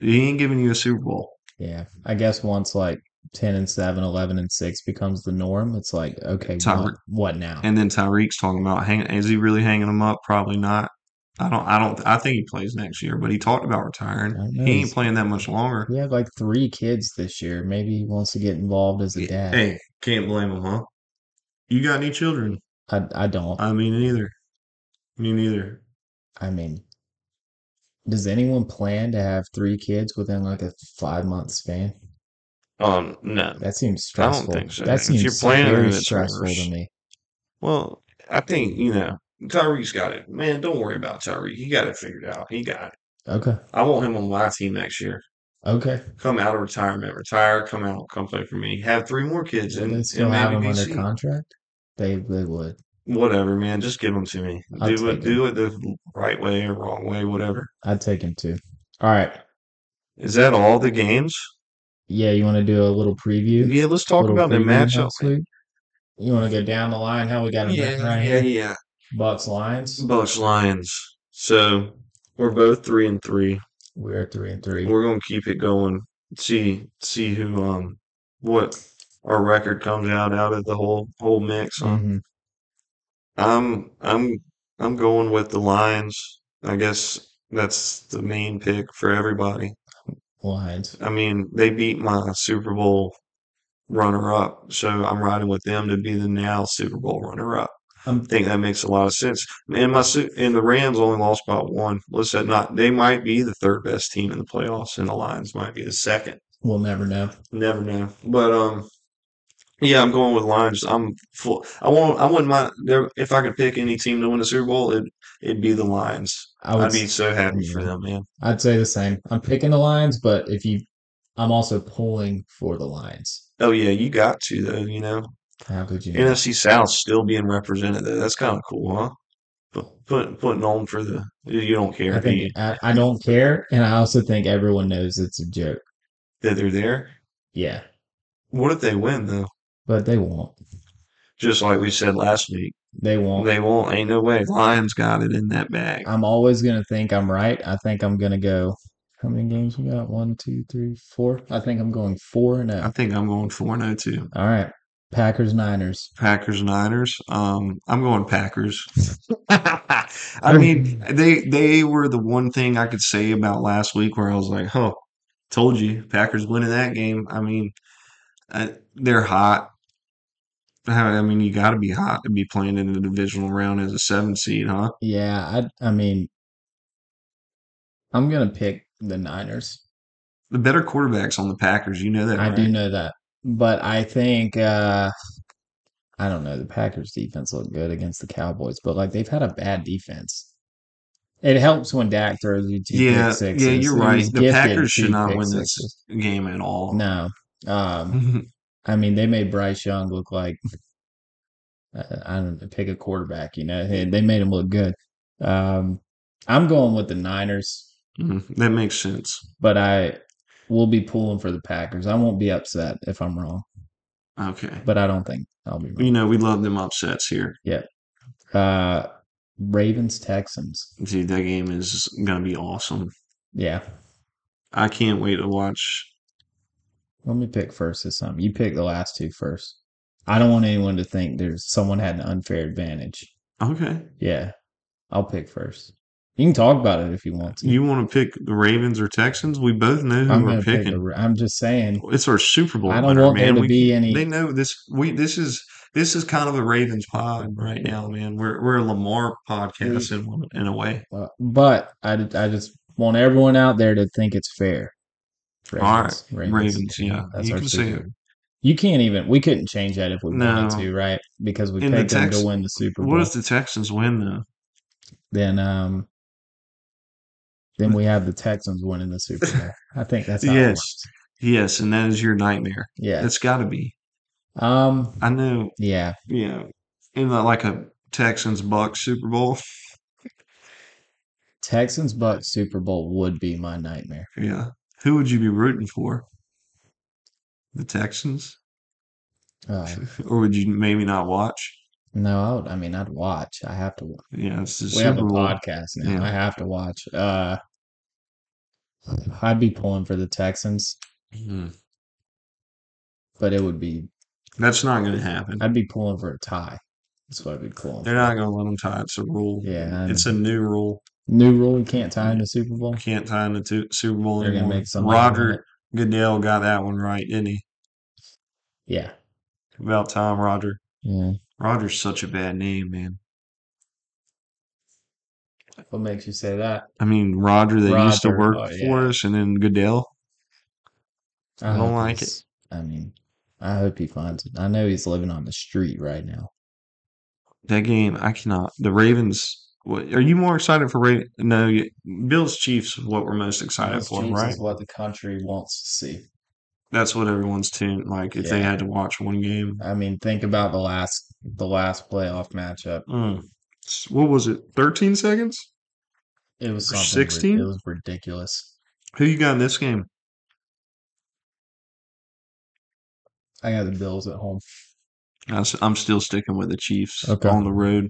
B: he ain't giving you a Super Bowl.
A: Yeah. I guess once like 10 and 7, 11 and 6 becomes the norm, it's like, okay, what,
B: Tyler-
A: what now?
B: And then Tyreek's talking about hang is he really hanging him up? Probably not. I don't I don't I think he plays next year, but he talked about retiring.
A: I know
B: He
A: he's-
B: ain't playing that much longer.
A: we had like three kids this year. Maybe he wants to get involved as a dad.
B: Hey, can't blame him, huh? You got any children?
A: I, I don't.
B: I mean neither. Me neither.
A: I mean, does anyone plan to have three kids within like a five month span?
B: Um no.
A: That seems
B: I don't
A: stressful.
B: think so.
A: That
B: If
A: seems
B: you're planning
A: very
B: it, it's
A: stressful
B: worse.
A: to me.
B: Well, I think, you know, Tyreek's got it. Man, don't worry about Tyreek. He got it figured out. He got it.
A: Okay.
B: I want him on my team next year.
A: Okay.
B: Come out of retirement, retire, come out, come play for me. Have three more kids
A: Would
B: and,
A: they still
B: and
A: have
B: maybe
A: him under
B: BC.
A: contract? They they would.
B: Whatever, man. Just give them to me.
A: I'll
B: do
A: take
B: it. Do it the right way or wrong way, whatever.
A: I'd take him too. All right.
B: Is that all the games?
A: Yeah, you want to do a little preview?
B: Yeah, let's talk
A: Little
B: about the
A: preview
B: matchup.
A: next week? You want to go down the line? How we got him
B: Yeah,
A: right
B: yeah,
A: here?
B: yeah.
A: Bucks Lions.
B: Bucks Lions. So we're both three and three.
A: We're at three and three.
B: we're gonna keep it going. See see who um what our record comes out out of the whole whole mix. Um,
A: Mhm.
B: I'm I'm I'm going with the Lions. I guess that's the main pick for everybody.
A: Lions.
B: I mean, they beat my Super Bowl runner up, so I'm riding with them to be the now Super Bowl runner up.
A: I'm
B: I think that makes a lot of sense. And my Su- and the Rams only lost by one. Let's say not they might be the third best team in the playoffs, and the Lions might be the second.
A: we'll never know.
B: Never know. But um, yeah, I'm going with Lions. I'm full. I won't. I wouldn't mind there, if I could pick any team to win the Super Bowl. It it'd be the Lions.
A: I would
B: I'd be so happy for
A: yeah.
B: them, man.
A: I'd say the same. I'm picking the Lions, but if you I'm also pulling for the Lions.
B: Oh yeah, you got to though. You know,
A: How could you not?
B: NFC South still being represented though. That's kind of cool, huh? Put, put putting on for the you don't care
A: I
B: do you,
A: think I, I don't care, and I also think everyone knows it's a joke.
B: that they're there.
A: Yeah,
B: What if they win though?
A: but they won't.
B: Just like we said last week,
A: They won't.
B: they won't. Ain't no way. Lions got it in that bag.
A: I'm always gonna think I'm right. I think I'm gonna go. How many games we got? One, two, three, four. I think I'm going four and
B: I
A: zero.
B: think I'm going four and zero too.
A: All right, Packers Niners.
B: Packers Niners. Um, I'm going Packers. I mean, they they were the one thing I could say about last week where I was like, "Oh, told you, Packers winning that game." I mean, uh, they're hot. I I mean, you got to be hot to be playing in the divisional round as a seven seed, huh?
A: Yeah, I I mean, I'm gonna pick the Niners.
B: The better quarterbacks on the Packers, you know that.
A: I
B: right?
A: do know that, but I think uh, I don't know. The Packers defense looked good against the Cowboys, but like they've had a bad defense. It helps when Dak throws you two pick
B: Yeah,
A: sixes.
B: yeah, you're
A: He
B: right.
A: was
B: The
A: gifted
B: Packers
A: two
B: should not
A: pick
B: win
A: sixes.
B: this game at all. Mm-hmm.
A: No, um, I mean they made Bryce Young look like uh, I don't know, pick a quarterback. You know, They- they made him look good. Um, I'm going with the Niners,
B: Mm, that makes sense.
A: but I will be pulling for the Packers. I won't be upset if I'm wrong,
B: Okay.
A: but I don't think I'll be
B: You
A: wrong.
B: know, we love them upsets here.
A: Uh, Ravens Texans.
B: Dude, that game is going to be awesome.
A: Yeah,
B: I can't wait to watch.
A: let me pick first this time. You pick the last two first. I don't want anyone to think there's someone had an unfair advantage.
B: Okay.
A: Yeah, I'll pick first. You can talk about it if you want to.
B: You want to pick the Ravens or Texans? We both know who
A: I'm
B: we're
A: gonna pick.
B: picking.
A: The, Ra- I'm just saying.
B: It's our Super Bowl
A: I don't
B: winner,
A: want there
B: man.
A: to
B: We
A: be any.
B: they know this. We this is this is kind of a Ravens pod right now, man. We're we're a Lamar podcast in one- in a way.
A: Uh, but I, d- I just want everyone out there to think it's fair.
B: All
A: Ravens, Ravens,
B: Ravens, yeah, you can say
A: Super
B: it.
A: Bowl. You can't even. We couldn't change that if we wanted
B: No.
A: to, right? Because we
B: In the
A: picked them
B: Tex-
A: to win the Super Bowl.
B: What if the Texans win though?
A: then, um, then we have the Texans winning the Super Bowl. I think that's how it
B: Yes.
A: works.
B: Yes, and that is your nightmare.
A: Yeah.
B: It's got to be.
A: Um.
B: I know.
A: Yeah.
B: Yeah, in the, like a Texans Bucks Super Bowl.
A: Texans Bucks Super Bowl would be my nightmare.
B: Yeah, who would you be rooting for? The Texans,
A: Uh,
B: or would you maybe not watch?
A: no, I, would, I mean I'd watch. I have to. Watch.
B: Yeah, it's the
A: We have a
B: Super Bowl.
A: podcast now.
B: Yeah.
A: I have to watch. Uh, I'd be pulling for the Texans,
B: Mhm.
A: but it would be
B: That's not going to happen.
A: I'd be pulling for a tie. That's what I'd be pulling.
B: They're
A: For.
B: not going to let them tie. It's a rule.
A: Yeah, I
B: It's a new rule.
A: New rule: you can't tie in the Super Bowl.
B: Can't tie in the two, Super Bowl
A: They're gonna
B: anymore.
A: make somebody win it.
B: Roger Goodell got that one right, didn't he?
A: Yeah,
B: About time, Roger.
A: yeah.
B: Roger's such a bad name, man.
A: What makes you say that?
B: I mean, Roger that used to
A: Roger,
B: work
A: oh, yeah.
B: for us, and then Goodell. I don't
A: hope
B: like
A: he's- I mean, I hope he finds it. I know he's living on the street right now.
B: That game, I cannot. The Ravens. What, are you more excited for Ravens? No, you- Bills Chiefs is what we're most excited
A: Those
B: for,
A: Chiefs
B: right?
A: is what the country wants to see.
B: That's what everyone's tuned. Like if they
A: Yeah.
B: had to watch one game,
A: I mean, think about the last the last playoff matchup.
B: Mm. S- what was it? Thirteen seconds.
A: It was
B: For
A: something.
B: 16?
A: It was ridiculous.
B: Who you got in this game?
A: I got the Bills at home.
B: I am still sticking with the Chiefs
A: Okay.
B: on the road.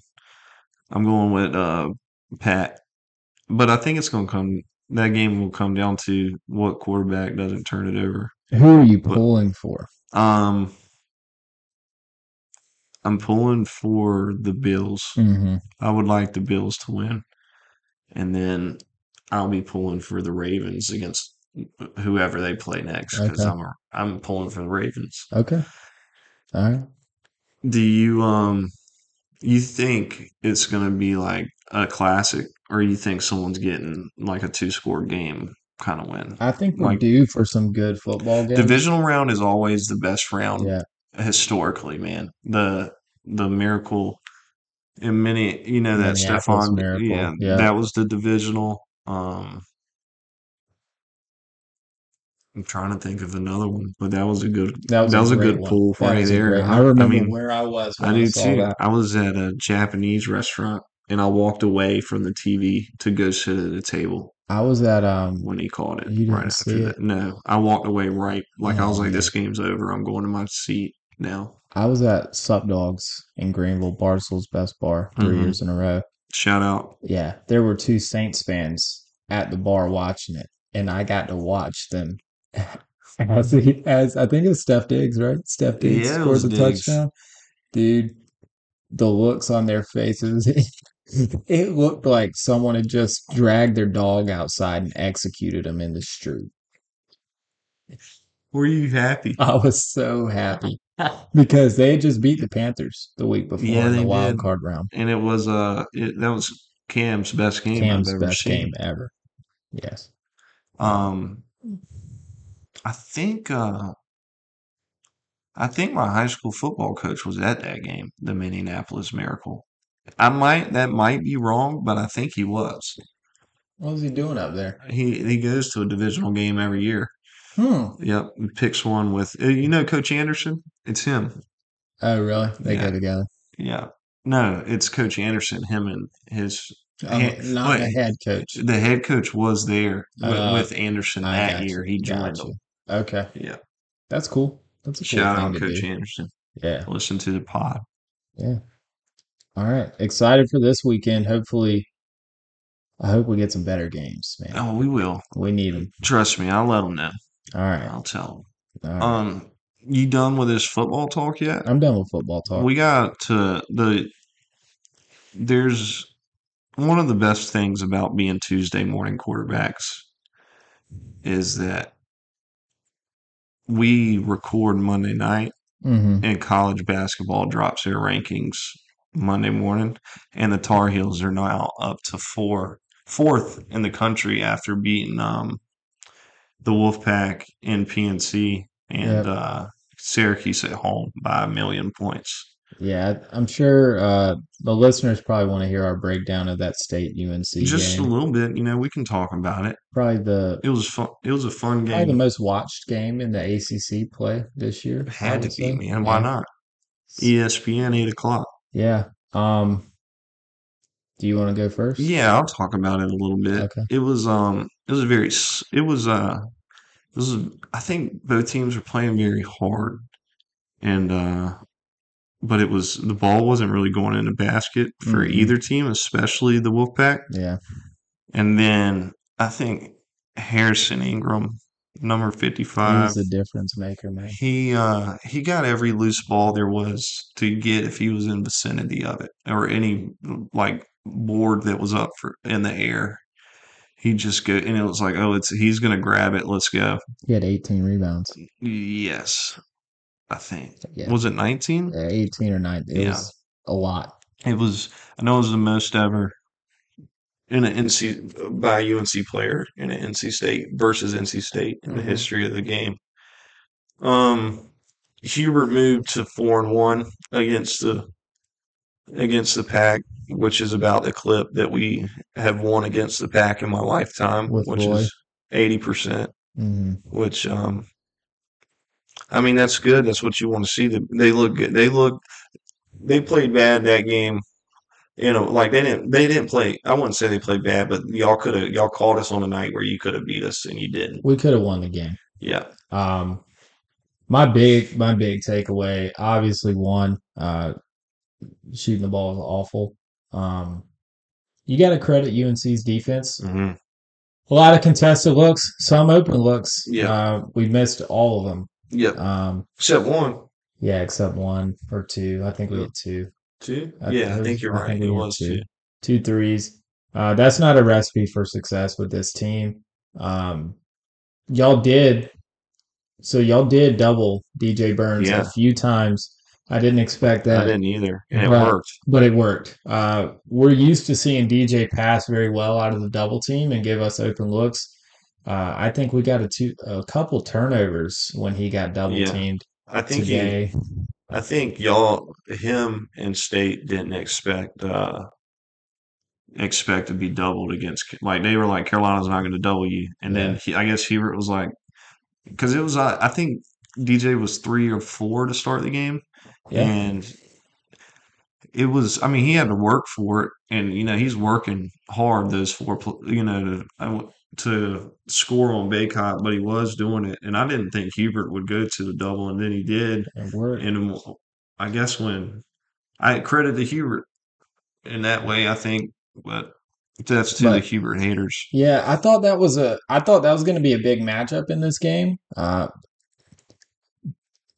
B: I'm going with uh, Pat, but I think it's going to come. That game will come down to what quarterback doesn't turn it over.
A: Who are you pulling for?
B: Um, I'm pulling for the Bills.
A: Mm-hmm.
B: I would like the Bills to win, and then I'll be pulling for the Ravens against whoever they play next because
A: Okay.
B: I'm a, I'm pulling for the Ravens.
A: Okay. All right.
B: Do you um you think it's gonna be like a classic, or you think someone's getting like a two score game kind of win?
A: I think we're
B: Like-
A: due for some good football games.
B: Divisional round is always the best round
A: Yeah.
B: historically, man. The the miracle in many you know that
A: Minneapolis
B: Stefan
A: miracle,
B: yeah,
A: yeah.
B: that was the divisional. Um I'm trying to think of another one, but that was a good
A: That was,
B: That was a
A: great
B: good
A: one.
B: pull
A: That
B: right
A: was a
B: there.
A: great-
B: I
A: I remember
B: mean,
A: where I was when
B: I
A: I,
B: do
A: saw
B: too.
A: that.
B: I was at a Japanese restaurant and I walked away from the TV to go sit at a table
A: I was at um
B: when he called it.
A: You didn't
B: right after
A: see
B: that.
A: it?
B: No, I walked away right like I was
A: Oh,
B: like, this game's over. I'm going to my seat now.
A: I was at Sup Dogs in Greenville, Barcel's best bar, 3
B: Mhm.
A: years in a row.
B: Shout out.
A: Yeah, there were two Saints fans at the bar watching it, and I got to watch them as he, as I think it was Steph Diggs, right? Steph Diggs
B: Yeah, it
A: scores
B: was
A: a
B: Diggs.
A: touchdown. Dude, the looks on their faces, it looked like someone had just dragged their dog outside and executed him in the street.
B: Were you happy?
A: I was so happy because they had just beat the Panthers the week before
B: Yeah,
A: in
B: they
A: the wild
B: did.
A: card round.
B: And it was uh it, that was Cam's best game
A: Cam's
B: I've ever
A: best
B: seen.
A: game ever. Yes.
B: Um, I think uh, I think my high school football coach was at that game, the Minneapolis Miracle. I might that might be wrong, but I think he was.
A: What was he doing up there?
B: He he goes to a divisional game every year.
A: Hmm.
B: Yep, he picks one with uh, you know Coach Anderson. It's him.
A: Oh, really? They
B: Yeah.
A: go together.
B: Yeah, no, it's Coach Anderson. Him and his
A: Um,
B: Yeah,
A: not the
B: wait.
A: head coach.
B: the head coach was there with,
A: Uh,
B: with Anderson
A: I
B: that
A: got
B: year.
A: you,
B: He
A: got
B: joined
A: you.
B: them.
A: Okay,
B: Yeah,
A: that's cool. That's a cool
B: shout
A: thing
B: out
A: to
B: Coach
A: do.
B: Anderson.
A: Yeah,
B: Listen to the pod.
A: yeah. All right. Excited for this weekend. Hopefully, I hope we get some better games, man.
B: Oh, we will.
A: We need them.
B: Trust me, I'll let them know.
A: All right.
B: I'll tell them.
A: All right.
B: Um, you done with this football talk yet?
A: I'm done with football talk.
B: We got to the. There's one of the best things about being Tuesday morning quarterbacks is that we record Monday night
A: hmm
B: and college basketball drops their rankings Monday morning, and the Tar Heels are now up to four fourth in the country after beating um, the Wolfpack in PNC
A: Yep.
B: and uh, Syracuse at home by a million points.
A: Yeah, I- I'm sure uh, the listeners probably want to hear our breakdown of that state UNC
B: Just a
A: game.
B: little bit, you know, we can talk about it.
A: Probably the
B: It was fun. It was a fun
A: probably the
B: game.
A: most watched game in the ACC play this year. I
B: Had to
A: would
B: be,
A: say.
B: man. Why
A: Yeah.
B: not? E ESPN eight o'clock.
A: Yeah. Um. Do you want to go first?
B: Yeah, I'll talk about it a little bit.
A: Okay.
B: It was um, it was a very, s- it was uh, this is I think both teams were playing very hard and uh but it was the ball wasn't really going in the basket for
A: Mhm.
B: either team, especially the Wolfpack.
A: Yeah.
B: And then I think Harrison Ingram, number fifty
A: He
B: five,
A: was the difference maker, man.
B: he uh he got every loose ball there was to get if he was in vicinity of it or any like board that was up for in the air. He just go and it was like, oh, it's he's gonna grab it. Let's go.
A: He had 18 rebounds.
B: Yes, I think.
A: Yeah.
B: Was it 19?
A: Yeah, 18 or 19. It
B: Yeah.
A: was a lot.
B: It was, I know it was the most ever in an NC by a UNC player in an NC State versus NC State in the
A: Mhm.
B: history of the game. Um, Hubert moved to four and one against the against the pack, which is about the clip that we have won against the pack in my lifetime,
A: With
B: which
A: Roy.
B: is eighty percent.
A: hmm
B: Which um, I mean, that's good. That's what you want to see. They they look good. They look they played bad that game. you know, like they didn't they didn't play. I wouldn't say they played bad, but y'all could have y'all called us on a night where you could have beat us and you didn't.
A: We could have won the game.
B: Yeah,
A: Um, my big, my big takeaway, obviously one, uh, shooting the ball is awful. Um, you got to credit UNC's defense.
B: hmm
A: A lot of contested looks, some open looks.
B: Yeah.
A: Uh, we missed all of them.
B: yeah,
A: Um,
B: except one,
A: yeah, except one or two. I think we
B: Yeah.
A: hit two.
B: two.
A: I-
B: yeah, I
A: it
B: think
A: was-
B: you're
A: I think
B: right.
A: we
B: It
A: had
B: was two.
A: two threes. Uh, that's not a recipe for success with this team. Um, y'all did so. Y'all did double DJ Burns
B: Yeah.
A: a few times. I didn't expect
B: I
A: that,
B: didn't either, and it
A: Right.
B: worked.
A: but it worked. Uh, we're used to seeing DJ pass very well out of the double team and give us open looks. Uh, I think we got a two, a couple turnovers when he got double
B: Yeah.
A: teamed
B: I think you.
A: today.
B: I think y'all, him and State didn't expect uh expect to be doubled against. Like they were like Carolina's not going to double you, and
A: Yeah.
B: then he, I guess Hubert was like because it was uh, I think DJ was three or four to start the game,
A: Yeah.
B: and it was i mean he had to work for it and you know he's working hard those four pl- you know to, I w- to score on baycott but he was doing it and i didn't think hubert would go to the double and then he did
A: It worked.
B: and um, i guess when i credit to hubert in that way i think but that's to the
A: But-
B: hubert haters
A: Yeah, I thought that was a I thought that was going to be a big matchup in this game. Uh,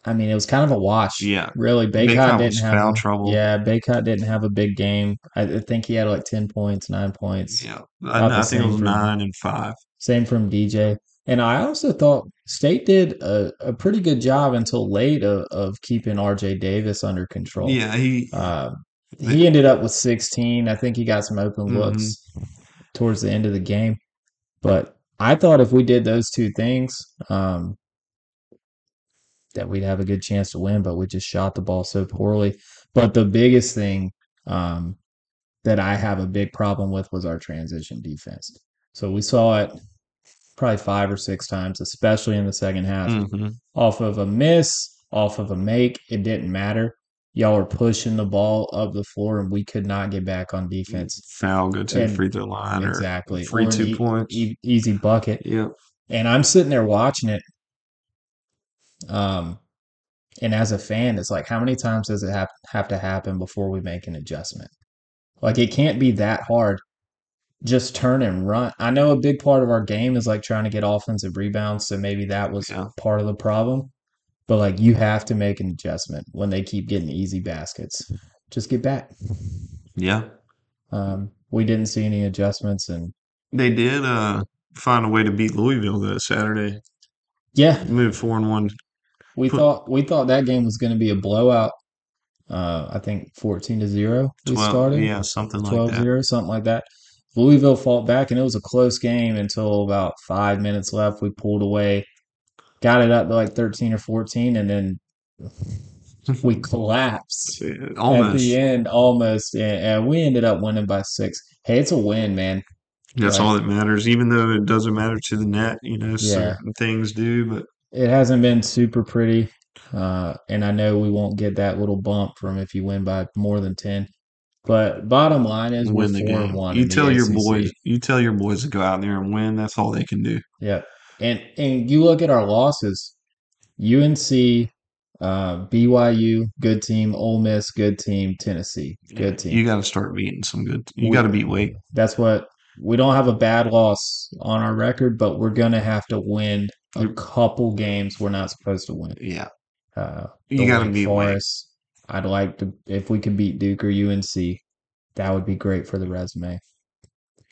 A: I mean, it was kind of a wash.
B: yeah
A: Really, Baycott
B: baycott
A: didn't
B: was
A: have
B: foul
A: a-
B: trouble
A: yeah, Baycott didn't have a big game. I, I think he had like ten points, nine points.
B: yeah
A: About
B: i,
A: the
B: I think it
A: same
B: was
A: for-
B: nine and five
A: Same from DJ. And I also thought State did a, a pretty good job until late of, of keeping RJ Davis under control.
B: yeah he
A: Uh, he ended up with 16. I think he got some open
B: Mhm.
A: looks towards the end of the game. But I thought if we did those two things, um, that we'd have a good chance to win, but we just shot the ball so poorly. But the biggest thing um, that I have a big problem with was our transition defense. So we saw it probably five or six times, especially in the second half,
B: Mm-hmm.
A: off of a miss, off of a make. It didn't matter. Y'all were pushing the ball up the floor, and we could not get back on defense.
B: Foul, go to the
A: And-
B: free throw line,
A: Exactly.
B: or free
A: Or an
B: two
A: e-
B: points.
A: e- easy bucket.
B: Yep.
A: And I'm sitting there watching it. Um, and as a fan, it's like, how many times does it have, have to happen before we make an adjustment? Like, it can't be that hard. Just turn and run. I know a big part of our game is like trying to get offensive rebounds. So maybe that was
B: Yeah.
A: part of the problem. But like, you have to make an adjustment when they keep getting easy baskets. Just get back.
B: Yeah.
A: Um, we didn't see any adjustments. And
B: They did uh, find a way to beat Louisville that Saturday.
A: yeah,
B: Move four and one.
A: we
B: Put-
A: thought we thought that game was going to be a blowout. Uh, I think fourteen to zero we
B: 12,
A: started.
B: Yeah, something like
A: 12
B: that.
A: 0, something like that. Louisville fought back, and it was a close game until about five minutes left. We pulled away, got it up to like 13 or 14, and then we collapsed at
B: Almost.
A: the end almost. And, and we ended up winning by six. Hey, it's a win, man.
B: That's
A: Like-
B: all that matters, even though it doesn't matter to the net, you know, certain things do, but
A: It hasn't been super pretty. Uh, and I know we won't get that little bump from if you win by more than 10. But bottom line is we're
B: win
A: 4
B: the
A: and
B: game.
A: 1.
B: You
A: in the E
B: tell your
A: ACC.
B: boys you tell your boys to go out there and win, that's all they can do.
A: Yeah. And and you look at our losses. UNC, uh, BYU, good team. Ole Miss, good team. Tennessee, good team.
B: You gotta start beating some good you
A: We-
B: gotta beat Wake.
A: That's what we don't have a bad loss on our record, but we're gonna have to win a
B: Yep.
A: couple games we're not supposed to win.
B: Yeah.
A: Uh,
B: You
A: the
B: gotta
A: Wake
B: beat Wake.
A: Forest. I'd like to if we could beat Duke or UNC, that would be great for the resume.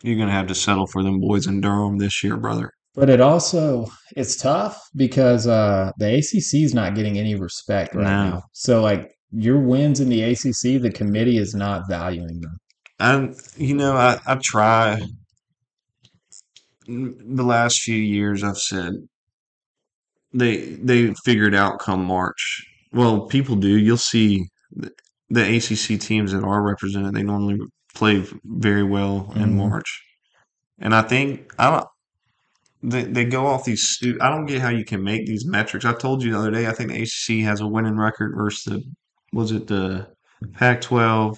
B: You're gonna have to settle for them boys in Durham this year, brother.
A: But it also it's tough because uh, the ACC is not getting any respect right
B: No.
A: now. So like your wins in the ACC, the committee is not valuing them.
B: And you know, I, I try the last few years I've said they they figured out come March. Well, people do. You'll see the, the ACC teams that are represented. They normally play very well in
A: Mhm.
B: March, and I think I don't. They, they go off these. Stu- I don't get how you can make these metrics. I told you the other day. I think the ACC has a winning record versus the was it the Pac-12,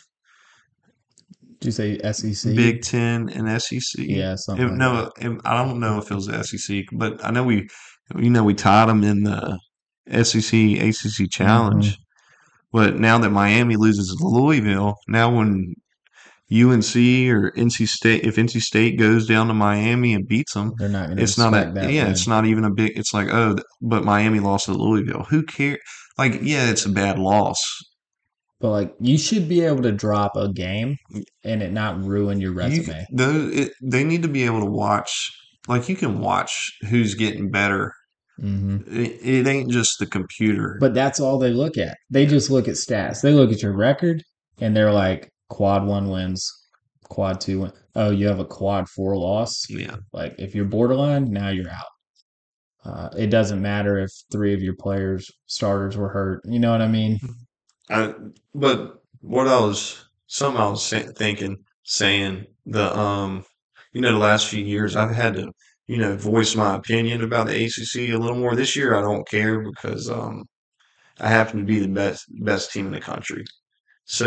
A: Did you say SEC?
B: Big Ten, and SEC.
A: E yeah,
B: It-
A: something. like that.
B: no, it- I don't know if it was the SEC, but I know we, you know, we tied them in the E SEC
A: Mm-hmm.
B: ACC challenge. But now that Miami loses to Louisville, now when UNC or NC State, if NC State goes down to Miami and beats them,
A: They're not going to
B: it's not
A: respect
B: a
A: that.
B: yeah,
A: win.
B: it's not even a big. It's like oh, th- but Miami lost to Louisville. Who cares? Like yeah, it's a bad loss.
A: but like you should be able to drop a game and it not ruin your
B: You,
A: resume.
B: c- those, it, they need to be able to watch. Like you can watch who's getting better.
A: hmm
B: It, it ain't just the computer.
A: But that's all they look at. They just look at stats. They look at your record and they're like quad one wins, quad two win. Oh, you have a quad four loss.
B: yeah,
A: Like if you're borderline, now you're out. Uh, it doesn't matter if three of your players starters were hurt. You know what I mean?
B: I, but what I was something I was sa- thinking, saying the um, you know, the last few years I've had to, you know, voice my opinion about the ACC a little more. This year I don't care because um, I happen to be the best best team in the country, so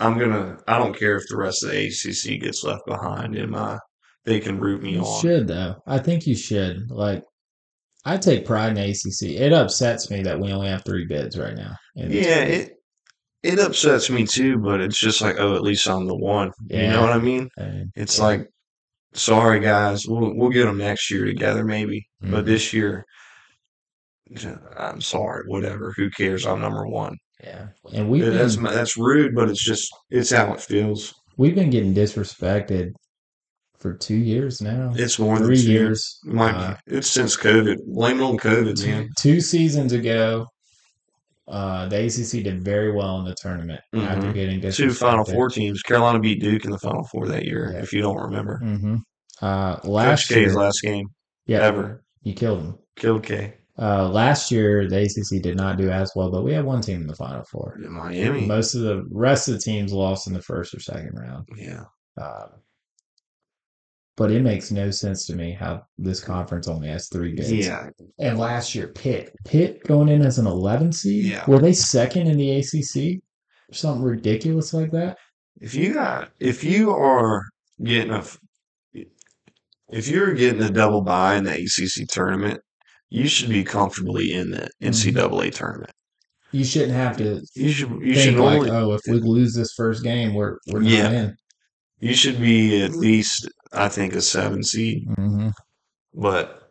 B: I'm gonna. I don't care if the rest of the ACC gets left behind in my. They can root me
A: You
B: on.
A: should though. I think you should. Like I take pride in the ACC. It upsets me that we only have three bids right now. And
B: Yeah, it it upsets me too, but it's just like, oh, at least I'm the one. You
A: Yeah.
B: know what I mean?
A: and
B: It's like, sorry guys, we'll we'll get them next year together maybe, but
A: Mhm.
B: this year, I'm sorry, whatever. Who cares? I'm number one.
A: yeah, and we've been,
B: That's that's rude, but it's just it's how it feels.
A: we've been getting disrespected for two years now.
B: It's more than
A: Three
B: two
A: years.
B: Might
A: Uh,
B: be, it's since COVID. Blame it on COVID, man.
A: Two seasons ago, uh, the ACC did very well in the tournament after
B: Mhm.
A: getting
B: Two Final
A: disrespected.
B: Four teams. Carolina beat Duke in the Final Four that year,
A: Yeah.
B: if you don't remember.
A: hmm Uh,
B: Coach
A: last
B: K's
A: year,
B: last game
A: yeah,
B: ever
A: you killed him.
B: killed K.
A: Uh, last year, the ACC did not do as well, but we had one team in the Final Four.
B: Miami.
A: Most of the rest of the teams lost in the first or second round.
B: Yeah,
A: Um, but it makes no sense to me how this conference only has three bids.
B: yeah,
A: And last year, Pitt, Pitt going in as an 11 seed.
B: Yeah.
A: Were they second in the ACC? Or something ridiculous like that.
B: if you got if you are getting a f- if you're getting a double bye in the ACC tournament, you should be comfortably in the
A: Mm-hmm.
B: NCAA tournament.
A: You shouldn't have to
B: You should you should
A: think like,
B: normally
A: oh, if we lose this first game, we're we're not
B: Yeah.
A: in.
B: you should be at least I think a seven seed,
A: Mhm.
B: but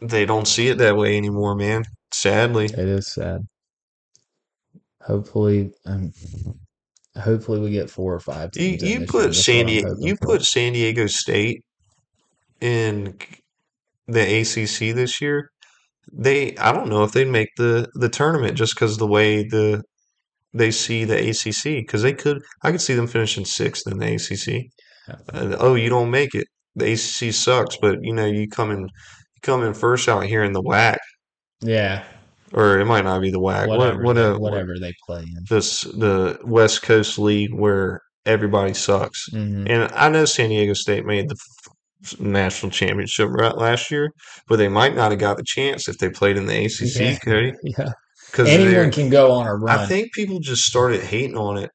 B: they don't see it that way anymore, man. Sadly,
A: It is sad. Hopefully, um, hopefully we get four or five
B: you,
A: teams. in
B: you
A: this year.
B: put
A: That's
B: San
A: what I'm
B: Diego
A: hoping
B: you
A: for.
B: put San Diego State in the ACC this year. They I don't know if they'd make the the tournament just because the way the they see the ACC because they could I could see them finishing sixth in the ACC. Uh, oh, you don't make it. The ACC sucks, but you know you come in you come in first out here in the WAC,
A: yeah,
B: or it might not be the WAC.
A: whatever,
B: what what
A: they,
B: a
A: whatever they play in.
B: this the West Coast League where everybody sucks.
A: Mhm.
B: And I know San Diego State made the f- national championship right last year, but they might not have got the chance if they played in the ACC,
A: Yeah.
B: Cody.
A: Yeah,
B: Because
A: anyone can go on a run.
B: I think people just started hating on it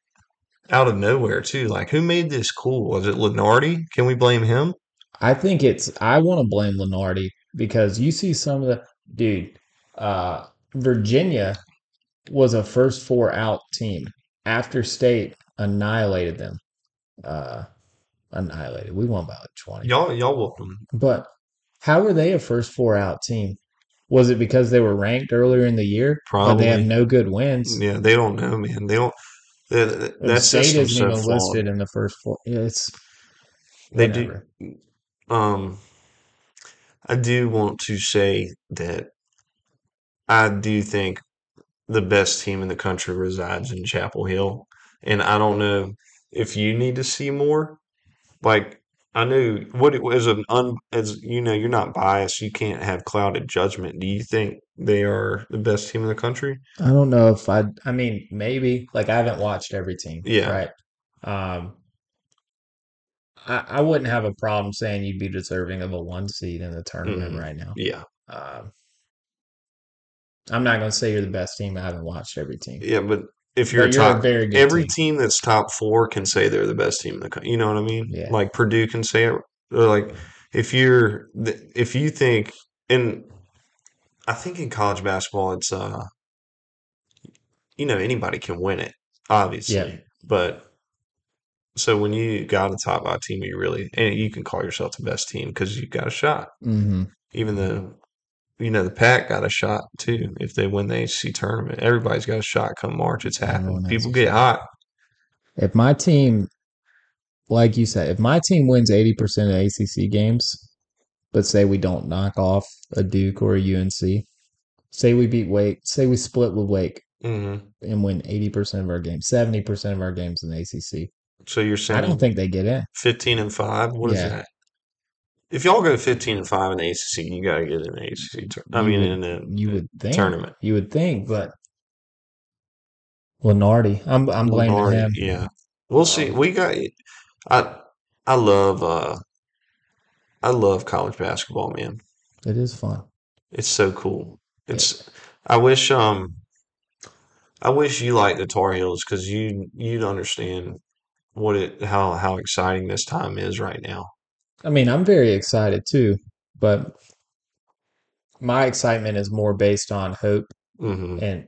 B: out of nowhere too. Like, who made this cool? Was it Lenardi? Can we blame him?
A: I think it's I want to blame Lenardi because you see some of the dude uh Virginia was a first four out team after state annihilated them uh annihilated we won by like 20
B: Y'all, y'all whooped him.
A: but how were they a first four out team was it because they were ranked earlier in the year but they have
B: Probably.
A: no good wins
B: Yeah, they don't know, man. They don't. That, that-
A: And
B: that
A: state
B: system's
A: isn't
B: so
A: even
B: flawed.
A: listed in the first four Yeah, it's
B: They do.
A: whatever.
B: Um, I do want to say that I do think the best team in the country resides in Chapel Hill. And I don't know if you need to see more. Like I knew what it was an un as you know, you're not biased, you can't have clouded judgment. Do you think they are the best team in the country?
A: I don't know if I. I mean, maybe. Like I haven't watched every team.
B: Yeah.
A: Right. Um. I, I wouldn't have a problem saying you'd be deserving of a one seed in the tournament
B: Mhm.
A: right now.
B: Yeah.
A: Um. I'm not gonna say you're the best team. I haven't watched every team.
B: Yeah, but if
A: But
B: you're a
A: a
B: top
A: very good
B: every
A: team.
B: team that's top four can say they're the best team in the country. You know what I mean?
A: Yeah.
B: Like Purdue can say it. Or like if you're th- if you think and I think in college basketball it's uh you know anybody can win it obviously
A: Yeah.
B: but so when you got a top five team you really and you can call yourself the best team because you got a shot
A: Mm-hmm.
B: even though you know the pack got a shot too if they win the HC tournament everybody's got a shot come March it's happening
A: Everyone has
B: people
A: a
B: get hot
A: If my team, like you said, if my team wins eighty percent of ACC games, but say we don't knock off a Duke or a UNC, say we beat Wake, say we split with Wake,
B: hmm
A: and win 80% of our games, 70% of our games in the ACC.
B: so you're
A: I
B: saying
A: don't think they get in.
B: fifteen and five What is
A: Yeah.
B: that if y'all go fifteen and five in the ACC you got to get in the ACC tour- I
A: You
B: mean
A: would-
B: in the
A: You would think.
B: tournament
A: You would think, but Lenardi, I'm I'm blaming
B: Lenardi,
A: him.
B: yeah we'll see
A: Um,
B: we got I I love uh I love college basketball, man.
A: It is fun.
B: It's so cool. It's I wish um I wish you liked the Tar Heels because you you'd understand what it how how exciting this time is right now.
A: I mean, I'm very excited too, but my excitement is more based on hope
B: hmm
A: and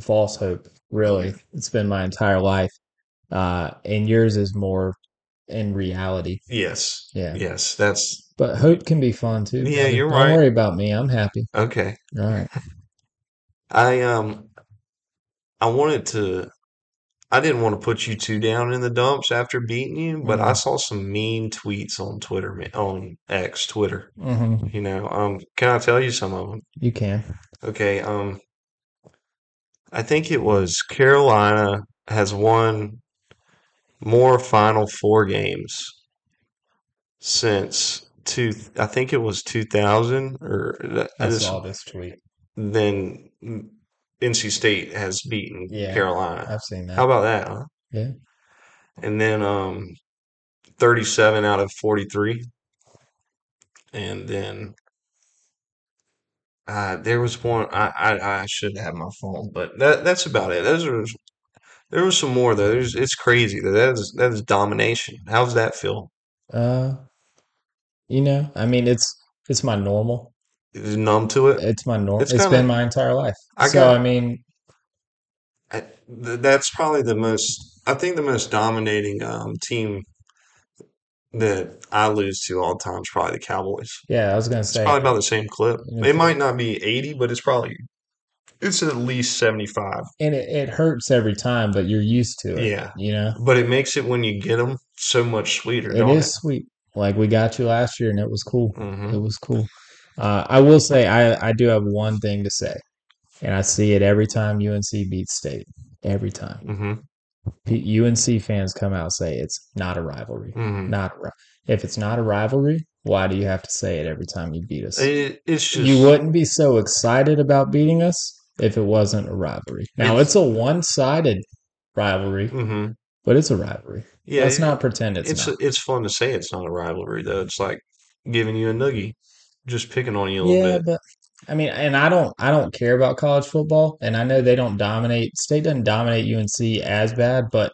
A: false hope. Really, it's been my entire life, uh, and yours is more in reality.
B: Yes,
A: Yeah,
B: yes, that's
A: but hope can be fun too.
B: Yeah,
A: brother.
B: you're
A: Don't
B: right.
A: worry about me. I'm happy.
B: okay.
A: All right.
B: I um I wanted to I didn't want to put you two down in the dumps after beating you, but I
A: Mhm.
B: saw some mean tweets on Twitter ma- on X Twitter.
A: hmm
B: You know, um, can I tell you some of them?
A: You can.
B: Okay, um, I think it was Carolina has won more Final Four games since two. I think it was two thousand or that,
A: I
B: this-
A: saw this tweet.
B: then NC State has beaten
A: Yeah.
B: Carolina.
A: I've seen that.
B: How about that? Huh?
A: Yeah.
B: And then um, thirty-seven out of forty-three, and then. Uh, there was one I, I, I should have my phone, but that that's about it. Those are there was some more though. There's it's crazy though. That is that is domination. How's that feel?
A: Uh, you know, I mean, it's it's my normal.
B: Is numb to it?
A: It's my normal.
B: It's
A: it's
B: kinda-
A: been my entire life.
B: I
A: so
B: got-
A: I mean,
B: I, th- that's probably the most I think the most dominating um, team that I lose to all time is probably the Cowboys.
A: yeah, I was gonna
B: It's
A: say,
B: probably about the same clip.
A: Yeah.
B: It might not be 80, but it's probably it's at least 75.
A: and it, it hurts every time, but you're used to it.
B: Yeah.
A: you know,
B: But it makes it when you get them so much sweeter,
A: it
B: don't
A: is sweet. Like we got you last year, and it was cool.
B: it? hmm
A: It was cool. Uh, I will say, I I do have one thing to say, and I see it every time UNC beats State. Every time
B: hmm
A: P- UNC fans come out and say it's not a rivalry.
B: hmm
A: Not a, ri- if it's not a rivalry, why do you have to say it every time you beat us?
B: It, it's just
A: you wouldn't be so excited about beating us if it wasn't a rivalry. Now
B: It's-
A: it's, a one-sided rivalry,
B: hmm
A: but it's a rivalry.
B: Yeah,
A: Let's
B: it-
A: not pretend it's,
B: It's
A: not.
B: it's fun to say it's not a rivalry though. It's like giving you a noogie, just picking on you a little
A: yeah,
B: bit.
A: but I mean, and I don't, I don't care about college football, and I know they don't dominate. State doesn't dominate UNC as bad, but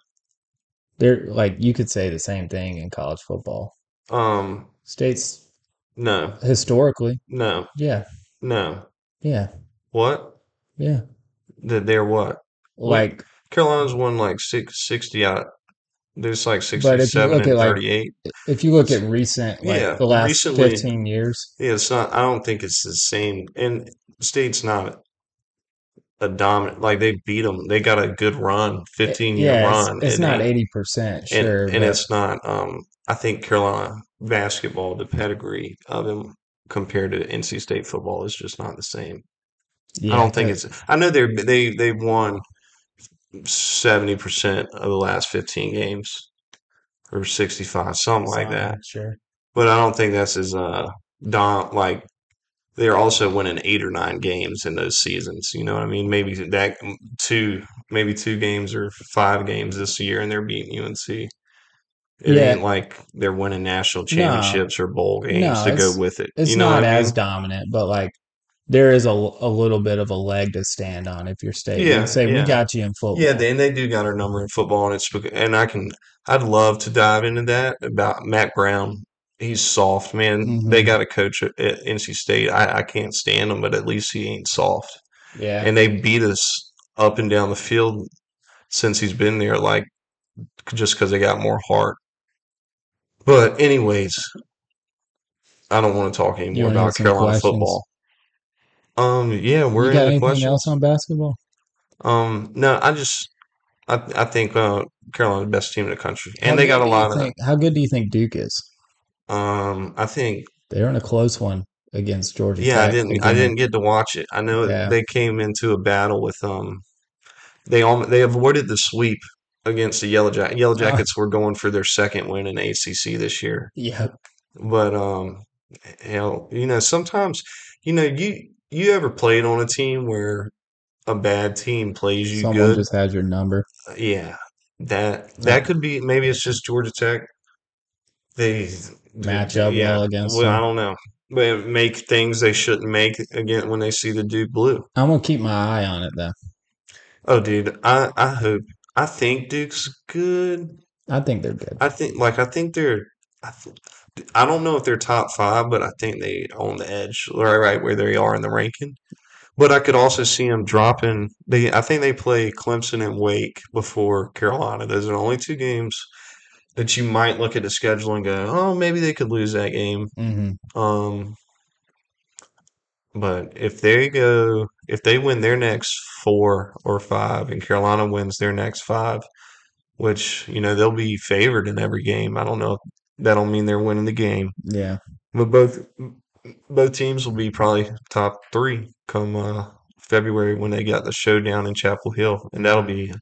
A: they're like you could say the same thing in college football.
B: Um,
A: States
B: no,
A: historically,
B: no,
A: yeah,
B: no.
A: yeah,
B: What?
A: yeah.
B: That they're what?
A: Like,
B: Carolina's won like six sixty out. There's like
A: if you look
B: sixty-seven and
A: at, like-
B: thirty-eight.
A: if you look at recent, like
B: Yeah,
A: the last
B: recently-
A: fifteen years,
B: yeah, it's not. I don't think it's the same. And state's not a dominant. Like they beat them. They got a good run, fifteen-year
A: Eh, it's-
B: run.
A: It's,
B: and
A: not
B: they-
A: eighty percent
B: and,
A: sure,
B: and it's not. Um, I think Carolina basketball, the pedigree of him compared to NC State football is just not the same. I don't think it's. I know they're they they won seventy percent of the last fifteen games, or sixty five, something like that.
A: Sure,
B: But I don't think that's as uh don like. They're also winning eight or nine games in those seasons. You know what I mean? Maybe that two, maybe two games or five games this year, and they're beating UNC. It
A: Yeah.
B: ain't like they're winning national championships or bowl
A: No,
B: games to go
A: it's-
B: with it.
A: it's
B: you know
A: not
B: what I
A: as
B: mean?
A: dominant, but like there is a, a little bit of a leg to stand on if you're state. You
B: Yeah,
A: can say
B: yeah.
A: we got you in football.
B: Yeah, they, and they do got our number in football, and it's bec- and I can I'd love to dive into that about Matt Brown. He's soft, man.
A: Mhm.
B: They got a coach at, at NC State. I, I can't stand him, but at least he ain't soft.
A: yeah,
B: And they beat us up and down the field since he's been there, like just because they got more heart. But anyways, I don't want to talk anymore
A: wanna hit
B: about
A: some
B: Carolina
A: questions?
B: football. Um, yeah, we're
A: you
B: in
A: got
B: the
A: anything
B: question.
A: else on basketball?
B: Um, no, I just I I think uh, Carolina's the best team in the country, and
A: How
B: they
A: good
B: got a
A: do you
B: lot of.
A: think, How good do you think Duke is?
B: Um, I think
A: They're in a close one against Georgia.
B: yeah, I
A: Tech
B: didn't I
A: again.
B: didn't get to watch it. I know
A: Yeah.
B: they came into a battle with um, they all they avoided the sweep against the Yellow Jackets. Yellow
A: Uh-huh.
B: Jackets were going for their second win in ACC this year,
A: Yeah,
B: but um, hell, you know sometimes you know you you ever played on a team where a bad team plays you
A: someone
B: good?
A: just had your number.
B: Yeah, that
A: Yeah.
B: that could be. Maybe it's just Georgia Tech. They
A: Match up well against
B: Well, I
A: them.
B: don't know. They make things they shouldn't make again when they see the Duke blue.
A: I'm gonna keep my eye on it though.
B: Oh, dude, I I hope. I think Duke's good.
A: I think they're good.
B: I think like I think they're. I, th- I don't know if they're top five, but I think they on the edge, right, right where they are in the ranking. But I could also see them dropping. They, I think they play Clemson and Wake before Carolina. Those are the only two games that you might look at the schedule and go, "Oh, maybe they could lose that game."
A: hmm
B: Um, but if they go, if they win their next four or five, and Carolina wins their next five, which you know they'll be favored in every game. I don't know. if That'll mean they're winning the game,
A: Yeah.
B: but both both teams will be probably top three come uh, February when they got the showdown in Chapel Hill, and that'll be,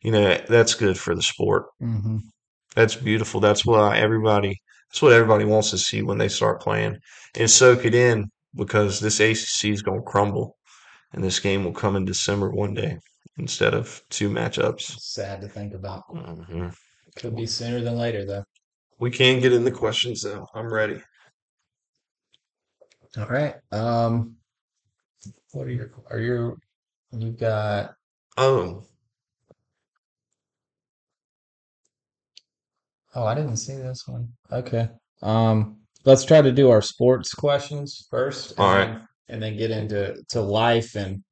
B: you know, that's good for the sport.
A: Mm-hmm.
B: That's beautiful. That's why everybody. That's what everybody wants to see when they start playing and soak it in because this ACC is going to crumble and this game will come in December one day instead of two matchups.
A: Sad to think about.
B: hmm
A: Could be sooner than later, though.
B: We can get in the questions though. I'm ready.
A: All right. Um, what are your are your you've got
B: Oh,
A: Oh, I didn't see this one. Okay. Um, let's try to do our sports questions first, and
B: All right.
A: then, and then get into to life. And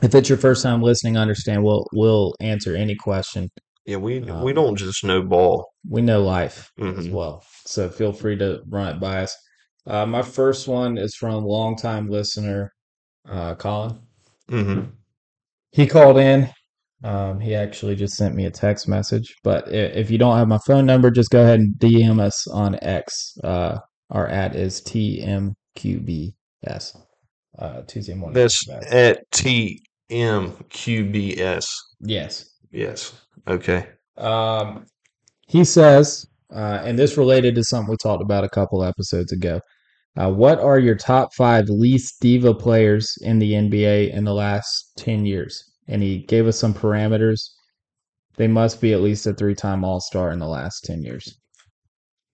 A: if it's your first time listening, understand we'll we'll answer any question.
B: yeah. We we
A: Um,
B: don't just know ball.
A: We know life as
B: hmm
A: well, so feel free to run it by us. Uh, my first one is from longtime listener uh, Colin.
B: hmm
A: He called in. Um, he actually just sent me a text message, but i- if you don't have my phone number, just go ahead and DM us on X. Uh, our at is TMQBS. Uh, Tuesday morning
B: That's
A: quarterback.
B: at TMQBS.
A: Yes.
B: Yes. Okay.
A: Um, he says, uh, and this related to something we talked about a couple episodes ago. Uh, what are your top five least diva players in the NBA in the last 10 years? And he gave us some parameters. They must be at least a three time All Star in the last 10 years.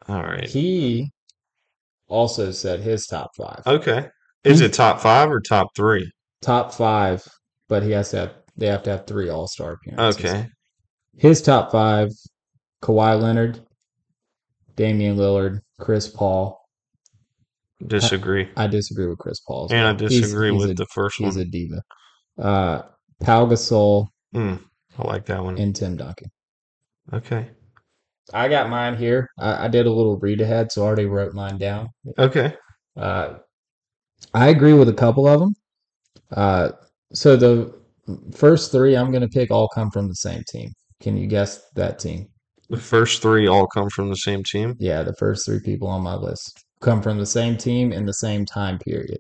B: All right.
A: He also said his top five.
B: Okay. Is
A: He
B: it top five or top three?
A: top five, but he has to have they have to have three All Star appearances.
B: Okay.
A: His top five: Kawhi Leonard, Damian Lillard, Chris Paul. I,
B: Disagree.
A: I disagree with Chris Paul as
B: And I
A: well. He's
B: disagree
A: he's
B: with
A: a
B: the first
A: he's
B: one.
A: a diva. Uh, Pau Gasol
B: Mm, I like that one.
A: and Tim Duncan.
B: Okay.
A: I got mine here. I, I did a little read ahead, so I already wrote mine down.
B: Okay.
A: Uh, I agree with a couple of them. Uh, so the first three I'm going to pick all come from the same team. Can you guess that team?
B: The first three all come from the same team.
A: Yeah, the first three people on my list come from the same team in the same time period.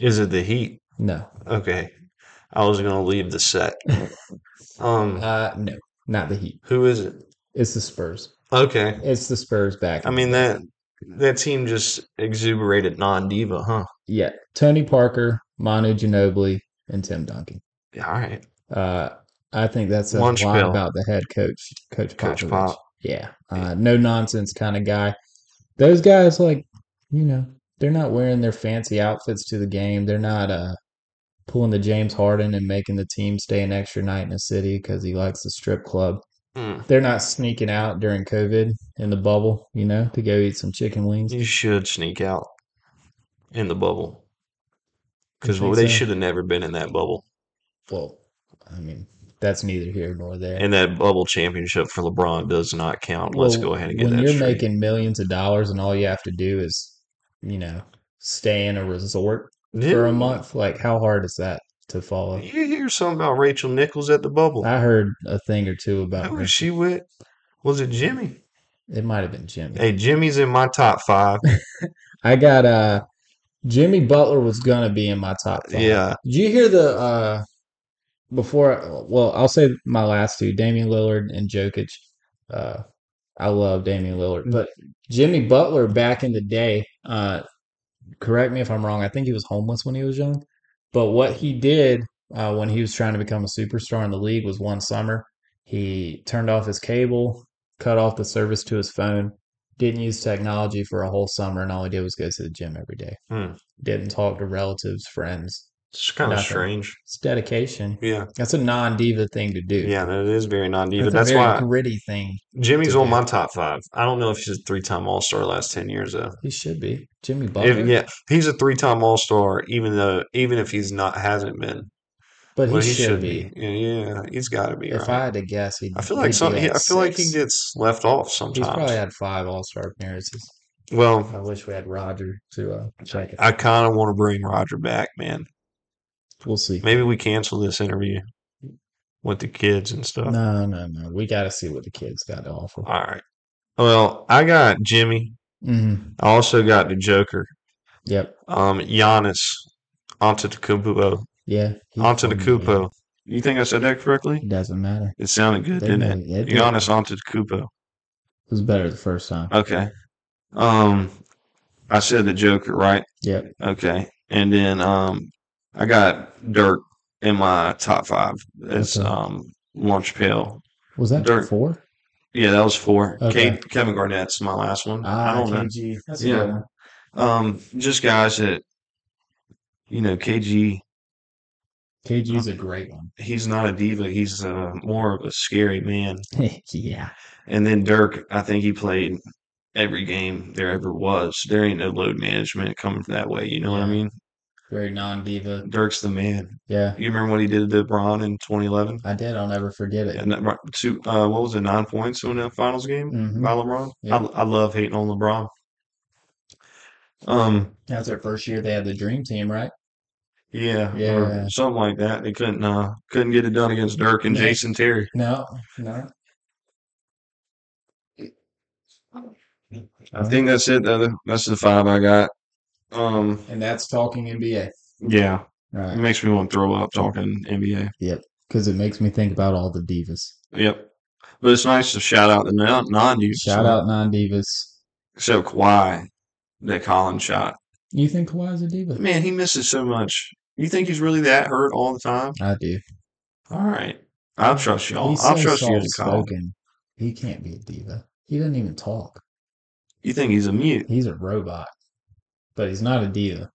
B: Is it the Heat?
A: No,
B: Okay. I was gonna leave the set. Um,
A: uh, no, not the Heat.
B: who is it?
A: It's the Spurs.
B: Okay.
A: It's the Spurs back
B: I
A: in the day.
B: mean that that team just exuberated non-diva, huh?
A: Yeah, Tony Parker, Manu Ginobili, and Tim Duncan.
B: Yeah, All right.
A: Uh, I think that says a lot
B: Munchville,
A: about the head coach, Coach
B: Coach
A: Popovich.
B: Pop.
A: Yeah, uh, no nonsense kind of guy. those guys like you know they're not wearing their fancy outfits to the game they're not uh pulling the james harden and making the team stay an extra night in the city because he likes the strip club
B: Mm,
A: they're not sneaking out during covid in the bubble you know to go eat some chicken wings
B: you should sneak out in the bubble
A: you
B: because
A: think
B: they
A: so
B: should have never been in that bubble.
A: well i mean that's neither here nor there
B: And that bubble championship for LeBron does not count. Let's
A: well
B: go ahead and get
A: when
B: that
A: you're
B: straight.
A: making millions of dollars and all you have to do is you know stay in a resort for a
B: Yeah.
A: month like how hard is that to follow
B: You hear something about Rachel Nichols at the bubble.
A: I heard a thing or two about
B: Who was
A: Rachel.
B: she with? Was it Jimmy?
A: It might have been Jimmy.
B: Hey, Jimmy's in my top five.
A: I got uh Jimmy Butler was gonna be in my top five.
B: Yeah.
A: Did you hear the uh before well, I'll say my last two, Damian Lillard and Jokic. Uh I love Damian Lillard, but Jimmy Butler back in the day, uh correct me if I'm wrong, I think he was homeless when he was young. But what he did uh, when he was trying to become a superstar in the league was one summer, he turned off his cable, cut off the service to his phone, didn't use technology for a whole summer, and all he did was go to the gym every day.
B: Hmm.
A: Didn't talk to relatives, friends,
B: It's kind of
A: nothing.
B: strange.
A: It's dedication.
B: Yeah.
A: That's a non diva thing to do.
B: Yeah, that is very non-diva.
A: That's a
B: That's
A: very
B: why
A: gritty thing to
B: Jimmy's on
A: do.
B: my top five. I don't know if he's a three-time All-Star last ten years though.
A: He should be. Jimmy
B: If
A: Butler?
B: yeah, he's a three-time All-Star, even though even if he's not hasn't been,
A: But he
B: but he
A: should
B: should be.
A: be.
B: Yeah, he's got to be
A: If I
B: right.
A: had to guess,
B: I
A: he'd,
B: feel like
A: he'd be
B: some. He,
A: like
B: I feel like he
A: six.
B: gets left off
A: He's probably
B: sometimes.
A: had five All Star appearances. I
B: Well,
A: wish we had Roger to uh, check it.
B: I kind of want to bring Roger back, man.
A: We'll see.
B: Maybe we cancel this interview with the kids and stuff.
A: No, no, no. We got to see what the kids got to offer.
B: All right. Well, I got Jimmy.
A: hmm
B: I also got the Joker.
A: Yep.
B: Um, Giannis Antetokounmpo.
A: Yeah. He's from Miami.
B: Antetokounmpo. You think I said that correctly?
A: It doesn't matter.
B: It sounded good,
A: They
B: didn't
A: know
B: it?
A: it did.
B: Giannis Antetokounmpo.
A: was better the first time.
B: Okay. Um, I said the Joker, right?
A: Yep.
B: Okay. And then um, I got Dirk in my top five. It's
A: Okay.
B: um lunch pail.
A: Was that
B: Dirt.
A: four?
B: Yeah, that was four.
A: Okay. Ah,
B: Kate, Kevin Garnett's my last one. I don't know.
A: KG. That's
B: Yeah.
A: a good one.
B: Um, just guys that you know, KG.
A: KG's a great one.
B: He's not a diva. He's uh, more of a scary man.
A: yeah.
B: And then Dirk, I think he played every game there ever was. There ain't no load management coming that way. You know what I mean?
A: Very non diva.
B: Dirk's the man.
A: Yeah.
B: You remember what he did to LeBron in 2011?
A: I did. I'll never forget it.
B: And that, right, two, uh, what was it, nine points in that finals game
A: Mhm.
B: by LeBron?
A: Yeah.
B: I, I love hating on LeBron. Um,
A: That was their first year they had the dream team, right?
B: yeah, or
A: Yeah.
B: something like that. They couldn't uh, couldn't get it done against Dirk and
A: No.
B: Jason Terry.
A: No, no.
B: I think that's it. though. That's the five I got. Um,
A: And that's talking NBA.
B: yeah, it
A: Right.
B: makes me want to throw up talking NBA.
A: Because it makes me think about all the divas.
B: Yep. But it's nice to shout out the non use
A: Shout out non divas.
B: Except Kawhi that Colin shot.
A: You think Kawhi's a diva?
B: Man, he misses so much. You think he's really that hurt all the time?
A: I do.
B: All right. I'll trust y'all.
A: He's
B: I'll
A: so
B: trust you as a Colin.
A: soft-spoken. He can't be a diva. He doesn't even talk.
B: You think he's a mute.
A: He's a robot, but he's not a diva.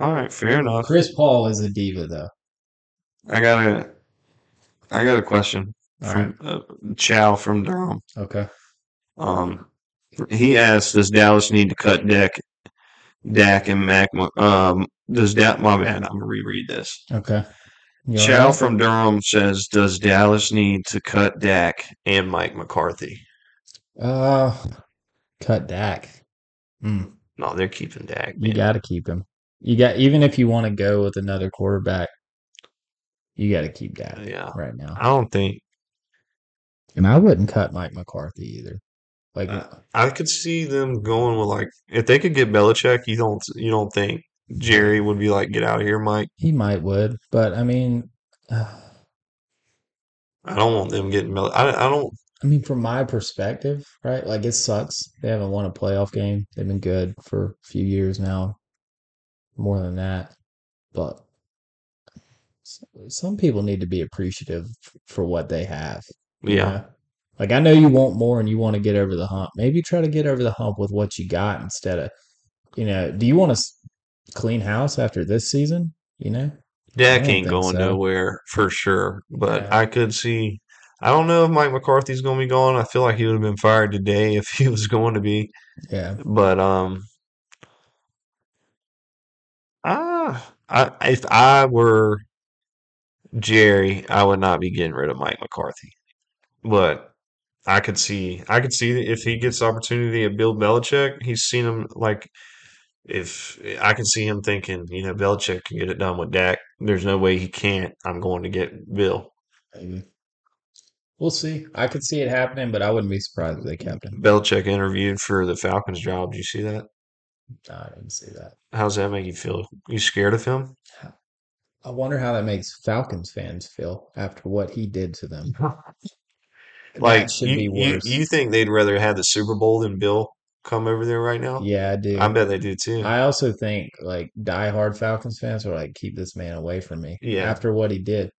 B: All right, fair enough.
A: Chris Paul is a diva, though.
B: I got a I got a question
A: All
B: from uh, Chow from Durham.
A: Okay.
B: Um he asked, does Dallas need to cut Deck Dak and Mac um does that my bad, I'm gonna reread this.
A: Okay. You all
B: Chow
A: right?
B: from Durham says, "Does Dallas need to cut Dak and Mike McCarthy?"
A: Uh, cut Dak. Mm,
B: No, they're keeping Dak.
A: you
B: man.
A: got to keep him. You got even if you want to go with another quarterback, you got to keep Dak
B: yeah.
A: right now.
B: I don't think
A: And I wouldn't cut Mike McCarthy either. Like
B: Uh, I could see them going with like if they could get Belichick. You don't you don't think Jerry would be like, "Get out of here, Mike."
A: he might would, but I mean, uh,
B: I don't want them getting Bel. I, I don't.
A: I mean, from my perspective, right? Like it sucks. They haven't won a playoff game. They've been good for a few years now, more than that. But s- some people need to be appreciative f- for what they have. you
B: Yeah,
A: know? Like I know you want more and you want to get over the hump. Maybe try to get over the hump with what you got instead of, you know, do you want to clean house after this season? You know? I
B: Dak
A: don't
B: ain't
A: think
B: going
A: so.
B: nowhere for sure. But
A: Yeah.
B: I could see. I don't know if Mike McCarthy's going to be gone. I feel like he would have been fired today if he was going to be.
A: Yeah.
B: But um, ah, I, if I were Jerry, I would not be getting rid of Mike McCarthy. But I could see, I could see that if he gets the opportunity at Bill Belichick, he's seen him like. If I can see him thinking, you know, Belichick can get it done with Dak. There's no way he can't. I'm going to get Bill.
A: Maybe. We'll see. I could see it happening, but I wouldn't be surprised if they kept him.
B: Belichick interviewed for the Falcons job. Did you see that?
A: No, I didn't see that.
B: How's that make you feel? You scared of him?
A: I wonder how that makes Falcons fans feel after what he did to them.
B: Like
A: that should
B: you,
A: be
B: you,
A: worse.
B: you think they'd rather have the Super Bowl than Bill come over there right now?
A: yeah, I do.
B: I bet they do too.
A: I also think like diehard Falcons fans were like, keep this man away from me.
B: Yeah.
A: After what he did,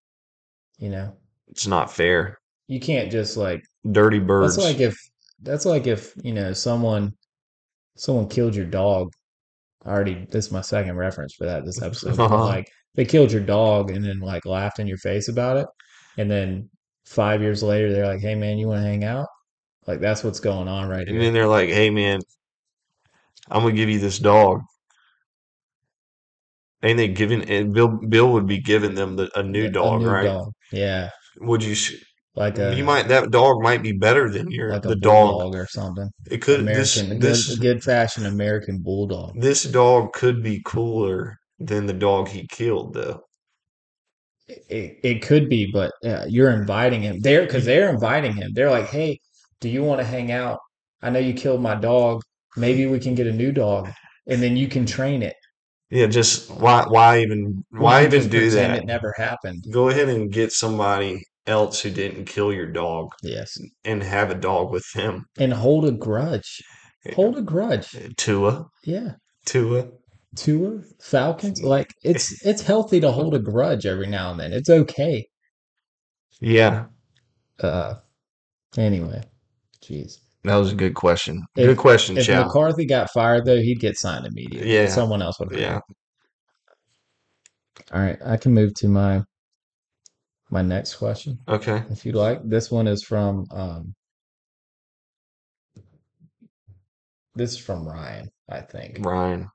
A: you know,
B: it's not fair.
A: you can't just like.
B: Dirty birds.
A: That's like if that's like if you know someone someone killed your dog. I already this is my second reference for that this episode. but,
B: Uh-huh.
A: Like they killed your dog and then like laughed in your face about it, and then five years later they're like, hey man, you want to hang out? Like that's what's going on right
B: and
A: here.
B: then they're like, "Hey man, I'm gonna give you this dog." Ain't they giving? And Bill Bill would be giving them the, a new
A: A
B: dog,
A: new
B: right?
A: dog. Yeah,
B: Would you? s-
A: like a
B: you might that dog might be better than your
A: like a
B: the dog.
A: bulldog or something.
B: It could
A: American, a good,
B: this
A: a
B: this
A: good fashion American bulldog.
B: this dog could be cooler than the dog he killed though.
A: It, it could be, but uh, you're inviting him there because they're inviting him. They're like, "Hey, do you want to hang out? I know you killed my dog. Maybe we can get a new dog, and then you can train it.
B: Yeah, just why why even
A: We
B: why
A: can
B: even
A: just
B: do
A: pretend
B: that?
A: It never happened.
B: Go ahead and get somebody else who didn't kill your dog
A: Yes.
B: and have a dog with them.
A: And hold a grudge. Hold a grudge.
B: Tua,
A: Yeah.
B: Tua.
A: Tua, Falcons. Like it's it's healthy to hold a grudge every now and then. It's okay.
B: Yeah,
A: Uh anyway. Jeez.
B: that was a good question.
A: If-
B: good question,
A: If
B: Chow.
A: McCarthy got fired though, he'd get signed immediately.
B: Yeah.
A: Someone else would have
B: yeah,
A: All right. I can move to my my next question.
B: okay.
A: if you like. This one is from um this is from Ryan, I think.
B: Ryan.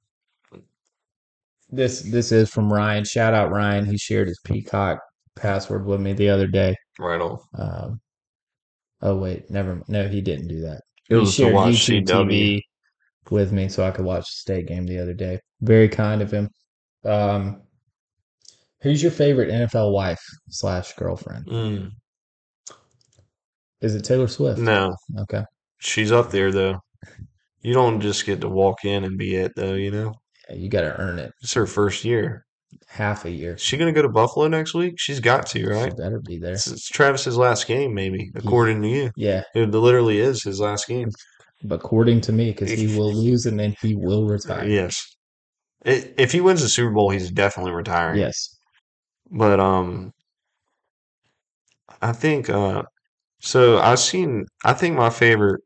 A: This this is from Ryan. Shout out Ryan. He shared his peacock password with me the other day.
B: Right on.
A: Um oh wait, never mind. No, he didn't do that. he
B: It was to
A: shared
B: watch
A: YouTube
B: CW.
A: TV with me so I could watch the state game the other day. Very kind of him. Um who's your favorite NFL wife slash girlfriend?
B: Mm,
A: Is it Taylor Swift?
B: no,
A: Okay.
B: she's up there though. You don't just get to walk in and be it though. You know,
A: Yeah, you gotta earn it.
B: it's her first year.
A: Half a year.
B: Is she gonna go to Buffalo next week? She's got to, right?
A: She better be there.
B: It's, it's Travis's last game, maybe, according to you.
A: Yeah,
B: It literally is his last game.
A: but according to me, because he will lose and then he will retire.
B: Uh, Yes. I if he wins the Super Bowl, he's definitely retiring.
A: Yes.
B: But um, I think uh, so. I've seen. I think my favorite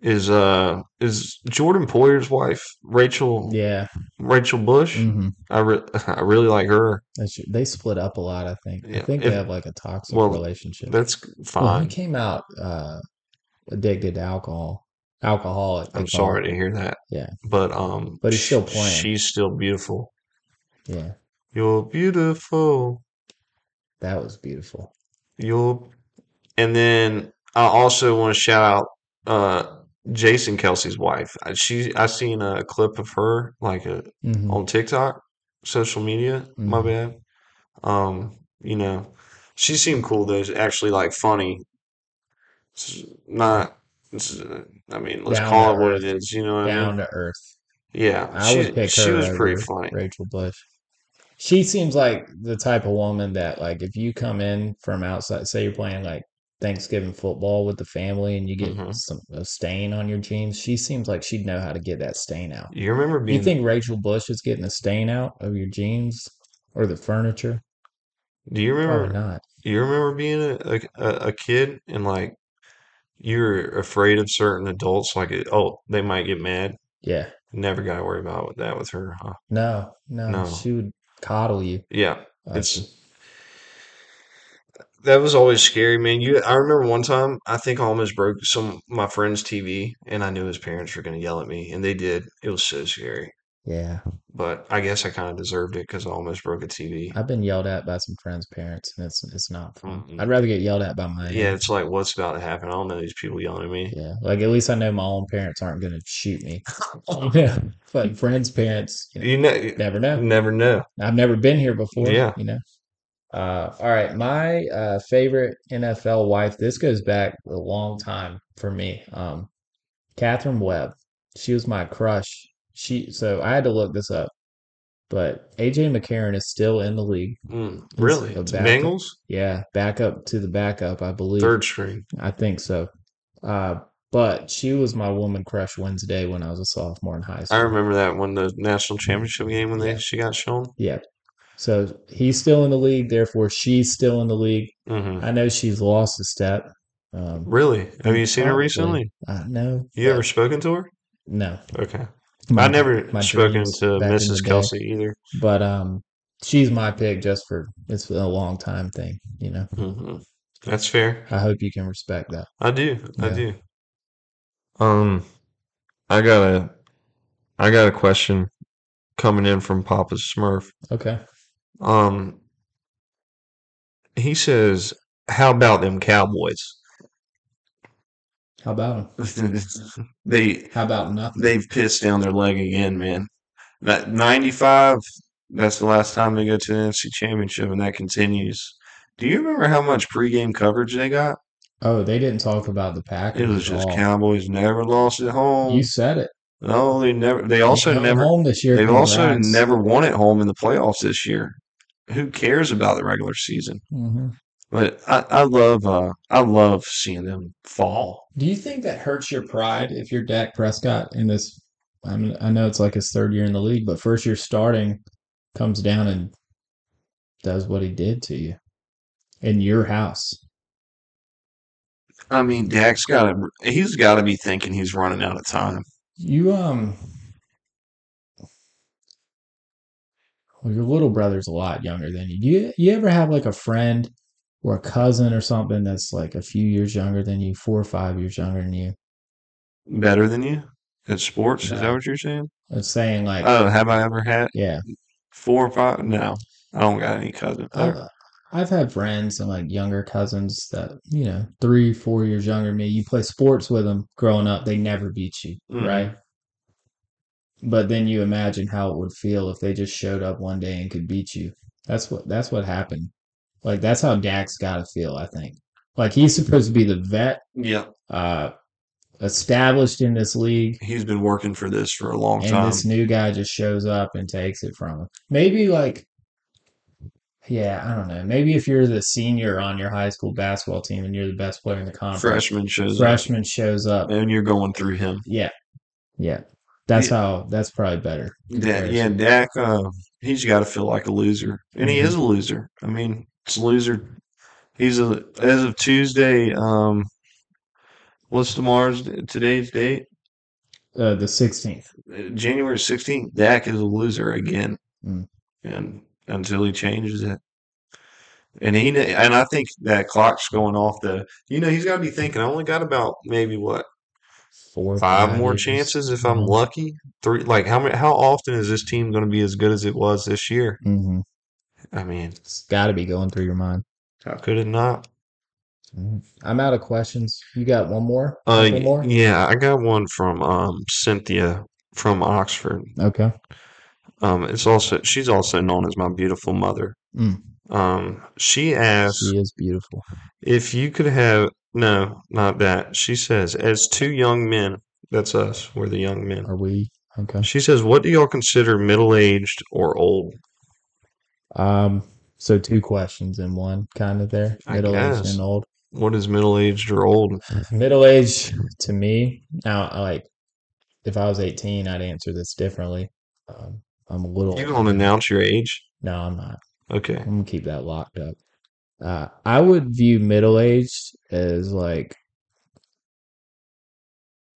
B: is uh is Jordan Poyer's wife, Rachel
A: Yeah.
B: Rachel Bush.
A: hmm
B: I re- I really like her.
A: They split up a lot, I think. I
B: Yeah,
A: think
B: if-
A: they have like a toxic
B: well,
A: relationship.
B: That's
A: Well, he
B: fine.
A: came out uh, addicted to alcohol, alcoholic. they
B: I'm
A: call
B: sorry
A: it.
B: to hear that.
A: Yeah.
B: But um,
A: But he's
B: sh-
A: still playing.
B: She's still beautiful.
A: Yeah,
B: You're beautiful.
A: that was beautiful.
B: You'll, and then I also want to shout out uh Jason Kelsey's wife. I- She I seen a clip of her like a,
A: hmm
B: on TikTok, social media. My
A: Mhm.
B: bad. Um, you know, she seemed cool though. She's Actually, like funny. It's not. It's, uh, I mean, let's
A: Down
B: call
A: to
B: it what
A: earth.
B: it is. You know what I
A: Down
B: mean?
A: to earth.
B: Yeah,
A: I would
B: she
A: pick
B: she
A: her
B: was pretty
A: over
B: funny.
A: Rachel Bush. She seems like the type of woman that like if you come in from outside, say you're playing like Thanksgiving football with the family and you get
B: Mhm.
A: some a stain on your jeans, she seems like she'd know how to get that stain out.
B: You remember
A: You
B: being?
A: think Rachel Bush is getting a stain out of your jeans or the furniture?
B: do you
A: Probably
B: remember?
A: not.
B: You remember being a, a a a kid and like you were afraid of certain adults, like oh they might get mad.
A: Yeah.
B: Never got to worry about that with her, huh?
A: No, no,
B: No.
A: she would coddle you. Uh,
B: Yeah,
A: Like,
B: it's that was always scary, man. You, I remember one time I think I almost broke some of my friend's TV, and I knew his parents were gonna yell at me, and they did. It was so scary,
A: yeah.
B: but I guess I kind of deserved it because I almost broke a TV.
A: I've been yelled at by some friends' parents and it's it's not fun.
B: Mm-mm.
A: I'd rather get yelled at by my
B: Yeah,
A: own.
B: it's like what's about to happen. I don't know these people yelling at me.
A: Yeah, like at least I know my own parents aren't going to shoot me. yeah, but friends' parents, you know,
B: You know, you
A: never know.
B: never know.
A: I've never been here before.
B: Yeah.
A: you know. Uh, all right, my uh, favorite NFL wife. This goes back a long time for me. Um, Catherine Webb. She was my crush. She. So I had to look this up, but AJ McCarron is still in the league.
B: Mm, really,
A: a
B: It's
A: bad-
B: Bengals
A: Yeah, backup to the backup, I believe.
B: third string.
A: I think so. Uh, but she was my woman crush Wednesday when I was a sophomore in high
B: I
A: school.
B: remember that when the national championship game when they
A: Yeah.
B: she got shown.
A: Yeah. So he's still in the league, therefore she's still in the league.
B: hmm
A: I know she's lost a step. Um,
B: Really? Have you seen her
A: probably.
B: recently?
A: I know.
B: You ever
A: but
B: spoken to her?
A: No.
B: Okay.
A: My-
B: I never
A: my
B: spoken
A: dreams
B: to
A: back in the
B: Mrs.
A: day.
B: Kelsey either.
A: But um, she's my pick just for it's a long time thing. You know.
B: hmm That's fair.
A: I hope you can respect that.
B: I do. I
A: Yeah.
B: do. Um, I got a, I got a question coming in from Papa Smurf.
A: Okay.
B: Um, he says, "How about them Cowboys?
A: How about him?
B: they
A: How about nothing?
B: they've pissed down their leg again, man. That 95, that's the last time they go to the NFC Championship, and that continues. Do you remember how much pregame coverage they got?
A: Oh, they didn't talk about the Packers.
B: It was
A: at
B: just
A: all.
B: Cowboys never lost at home.
A: Oh. You said it.
B: no, they never. They
A: You
B: also
A: come
B: never.
A: home this year.
B: They've also
A: congrats.
B: never won at home in the playoffs this year. Who cares about the regular season?
A: Mhm.
B: But I, I love uh, I love seeing them fall.
A: Do you think that hurts your pride if you're Dak Prescott in this? I mean, I know it's like his third year in the league, but first year starting comes down and does what he did to you in your house.
B: I mean, Dak's got to he's got to be thinking he's running out of time.
A: You um, well, your little brother's a lot younger than you. Do you you ever have like a friend or a cousin or something that's like a few years younger than you, four or five years younger than you?
B: Better than you at sports? Is that
A: No.
B: what you're saying?
A: It's saying like,
B: Oh, have I ever had
A: yeah,
B: four or five? No, I don't got any cousins.
A: I've, I've had friends and like younger cousins that you know three, four years younger than me. You play sports with them growing up; they never beat you,
B: Mhm.
A: right? But then you imagine how it would feel if they just showed up one day and could beat you. That's what that's what happened. Like that's how Dak's got to feel. I think like he's supposed to be the vet,
B: Yeah,
A: uh, established in this league.
B: he's been working for this for a long
A: and
B: time.
A: this new guy just shows up and takes it from him. Maybe like, yeah, I don't know. Maybe if you're the senior on your high school basketball team and you're the best player in the conference,
B: Freshman shows
A: freshman shows up.
B: up, and you're going through him.
A: Yeah, yeah, that's how. That's probably better.
B: Dak, yeah, Dak, uh, he's got to feel like a loser, and he
A: Mhm.
B: is a loser. I mean, it's a loser. He's a as of Tuesday. Um, what's tomorrow's today's date?
A: Uh, the sixteenth.
B: Uh, January sixteenth. Dak is a loser again,
A: Mm.
B: and until he changes it, and he kn- and I think that clock's going off. The you know he's got to be thinking. I only got about maybe what
A: Four, or
B: five more
A: years.
B: chances if I'm
A: Mhm.
B: lucky. Three like how many? How often is this team going to be as good as it was this year?
A: Mhm.
B: I mean,
A: It's got to be going through your mind.
B: how could it not?
A: Mhm. I'm out of questions. You got one more?
B: Uh,
A: Couple more?
B: yeah, I got one from um Cynthia from Oxford.
A: Okay.
B: Um, it's also she's also known as my beautiful mother.
A: Mm.
B: Um, she asks
A: She is beautiful.
B: if you could have no, not that. She says, as two young men, that's us. We're the young men.
A: Are we okay?
B: She says, what do y'all consider middle-aged or old?
A: Um, so two questions in one, kind of there.
B: I
A: Middle aged
B: guess.
A: and old.
B: What is middle-aged or old?
A: Middle aged to me now. I Like if I was eighteen, I'd answer this differently. Um, I'm a little.
B: You don't announce your age.
A: No, I'm not.
B: Okay.
A: I'm gonna keep that locked up. Uh, I would view middle aged as like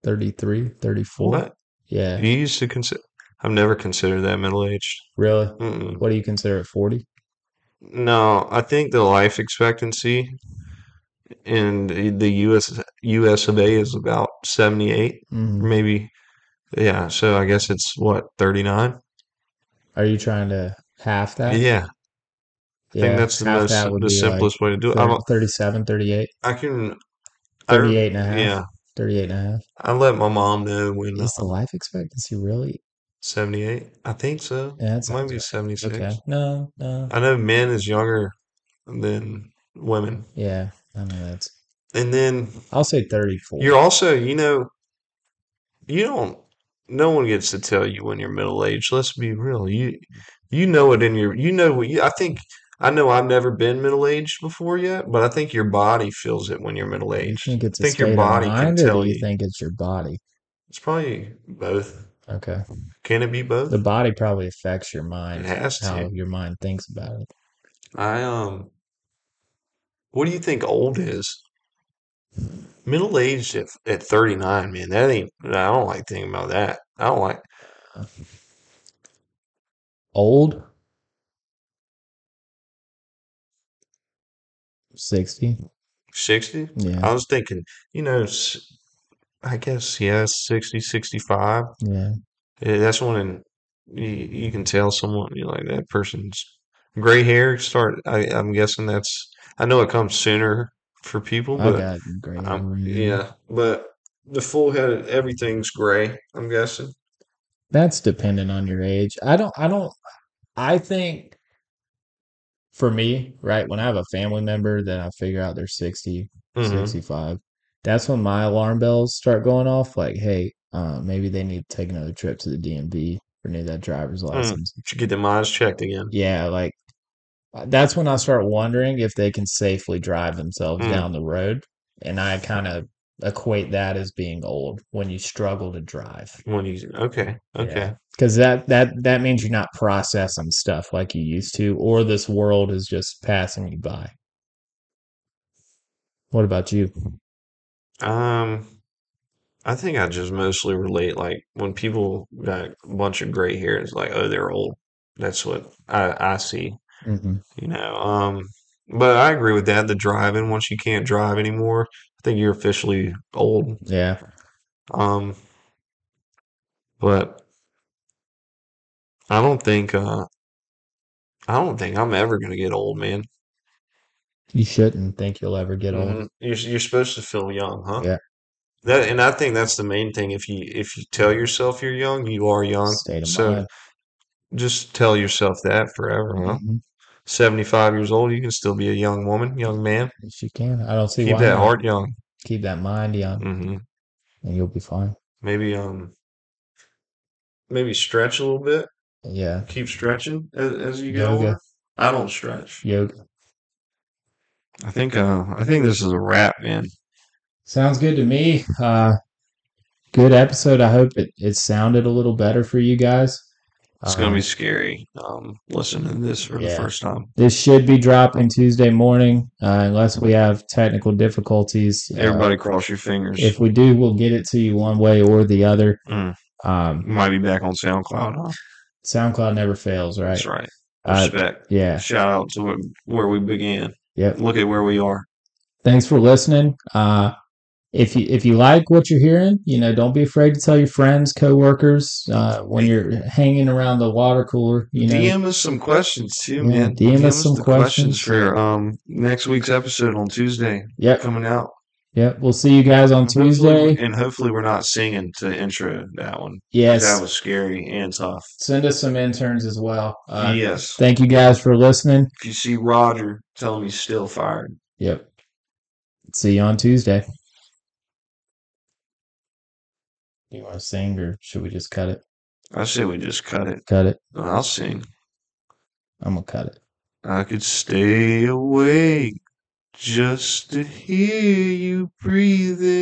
A: 33, 34.
B: What?
A: Yeah,
B: You used to consider? I've never considered that middle-aged.
A: really.
B: Mm-mm.
A: What do you consider at forty?
B: No, I think the life expectancy in the US US of A is about 78,
A: Mhm.
B: maybe. Yeah, so I guess it's what 39?
A: Are you trying to half that?
B: Yeah, I think that's the
A: half
B: most
A: that would
B: the
A: be
B: simplest way to do it. I'm,
A: like 37, 38,
B: I can I,
A: 38 and a half.
B: yeah,
A: 38 and a half.
B: I let my mom know when uh,
A: Is the life expectancy really?
B: 78. I think so.
A: Yeah, that
B: It might
A: sounds
B: be
A: right.
B: 76.
A: Okay. No, no.
B: I know men is younger than women.
A: Yeah, I know that's.
B: And then
A: I'll say 34.
B: You're also, you know, you don't. No one gets to tell you when you're middle aged. Let's be real. You, you know it in your. You know what you. I think. I know I've never been middle aged before yet, but I think your body feels it when you're middle
A: you
B: aged.
A: think it's a
B: think your
A: state
B: body
A: of
B: can
A: mind, or
B: tell
A: do you
B: you.
A: think it's your body?
B: It's probably both.
A: Okay.
B: Can it be both?
A: The body probably affects your
B: It
A: mind,
B: has
A: how
B: to.
A: your mind thinks about it.
B: I um. What do you think old is? Middle aged at, at 39, man. That ain't. I don't like thinking about that. I don't like.
A: Old? 60?
B: 60
A: Yeah.
B: i was thinking you know s- i guess yeah 60 65
A: Yeah.
B: Eh, that's when you, you can tell someone you're like that person's gray hair start I, i'm guessing that's i know it comes sooner for people
A: I
B: but
A: got gray hair
B: um,
A: right now.
B: yeah but the full head of everything's gray i'm guessing
A: That's dependent on your age. I don't, I don't, I think for me, right, when I have a family member that I figure out they're 60,
B: mm-hmm.
A: 65, that's when my alarm bells start going off. Like, hey, uh, maybe they need to take another trip
B: Mm.
A: to the DMV, renew that driver's license.
B: should get them eyes checked again
A: Yeah, like uh, that's when I start wondering if they can safely drive themselves
B: Mm.
A: down the road. And I kind of equate that as being old when you struggle to drive.
B: One easy. Okay. Okay.
A: Because that that that means you're not processing stuff like you used to, or this world is just passing you by. What about you?
B: Um, I think I just mostly relate like when people got a bunch of gray hair, it's like, oh, they're old. That's what I, I see,
A: Mm-hmm.
B: you know. Um, but I agree with that. The driving, once you can't drive anymore, I think you're officially old.
A: Yeah.
B: Um, but I don't think uh, I don't think I'm ever gonna get old, man.
A: You shouldn't think you'll ever get old.
B: Mhm. You're you're supposed to feel young, huh?
A: Yeah.
B: That and I think that's the main thing. If you if you tell yourself you're young, you are young.
A: State of
B: So.
A: mind.
B: just tell yourself that forever, huh?
A: Mhm.
B: 75 years old, you can still be a young woman, young man.
A: Yes, you can. I don't see
B: Keep
A: why
B: that
A: not.
B: heart young.
A: Keep that mind young,
B: hmm
A: and you'll be fine.
B: Maybe um maybe stretch a little bit.
A: Yeah.
B: Keep stretching as, as you get
A: Yoga.
B: older. I don't stretch.
A: Yoga.
B: I think uh I think this is a wrap, man.
A: Sounds good to me. Uh, good episode. I hope it, it sounded a little better for you guys.
B: It's gonna
A: Um,
B: be scary. Um, listening to this for the
A: Yeah.
B: first time.
A: this should be dropping Tuesday morning, uh, unless we have technical difficulties. Uh,
B: Everybody, cross your fingers.
A: if we do, we'll get it to you one way or the other.
B: Mm.
A: Um,
B: might be back on SoundCloud. Huh?
A: SoundCloud never fails, right?
B: That's right.
A: Uh,
B: Respect.
A: yeah.
B: Shout out to where, where we began.
A: Yep.
B: Look at where we are.
A: Thanks for listening. Uh, if you if you like what you're hearing, you know, don't be afraid to tell your friends, coworkers, uh, when you're hanging around the water cooler. You know,
B: DM us some questions too,
A: Yeah,
B: man.
A: DM us some
B: the
A: questions.
B: for um next week's episode on Tuesday
A: yep,
B: coming out
A: yep. We'll see you guys on
B: And hopefully-
A: Tuesday.
B: and hopefully we're not singing to intro that one.
A: Yes,
B: That was scary and tough.
A: send us some interns as well. Uh,
B: yes,
A: Thank you guys for listening.
B: if you see Roger, tell him he's still fired.
A: Yep. See you on Tuesday. You want to sing or should we just cut it?
B: I say we just cut it.
A: Cut it.
B: I'll sing.
A: I'm gonna cut it.
B: I could stay awake just to hear you breathing.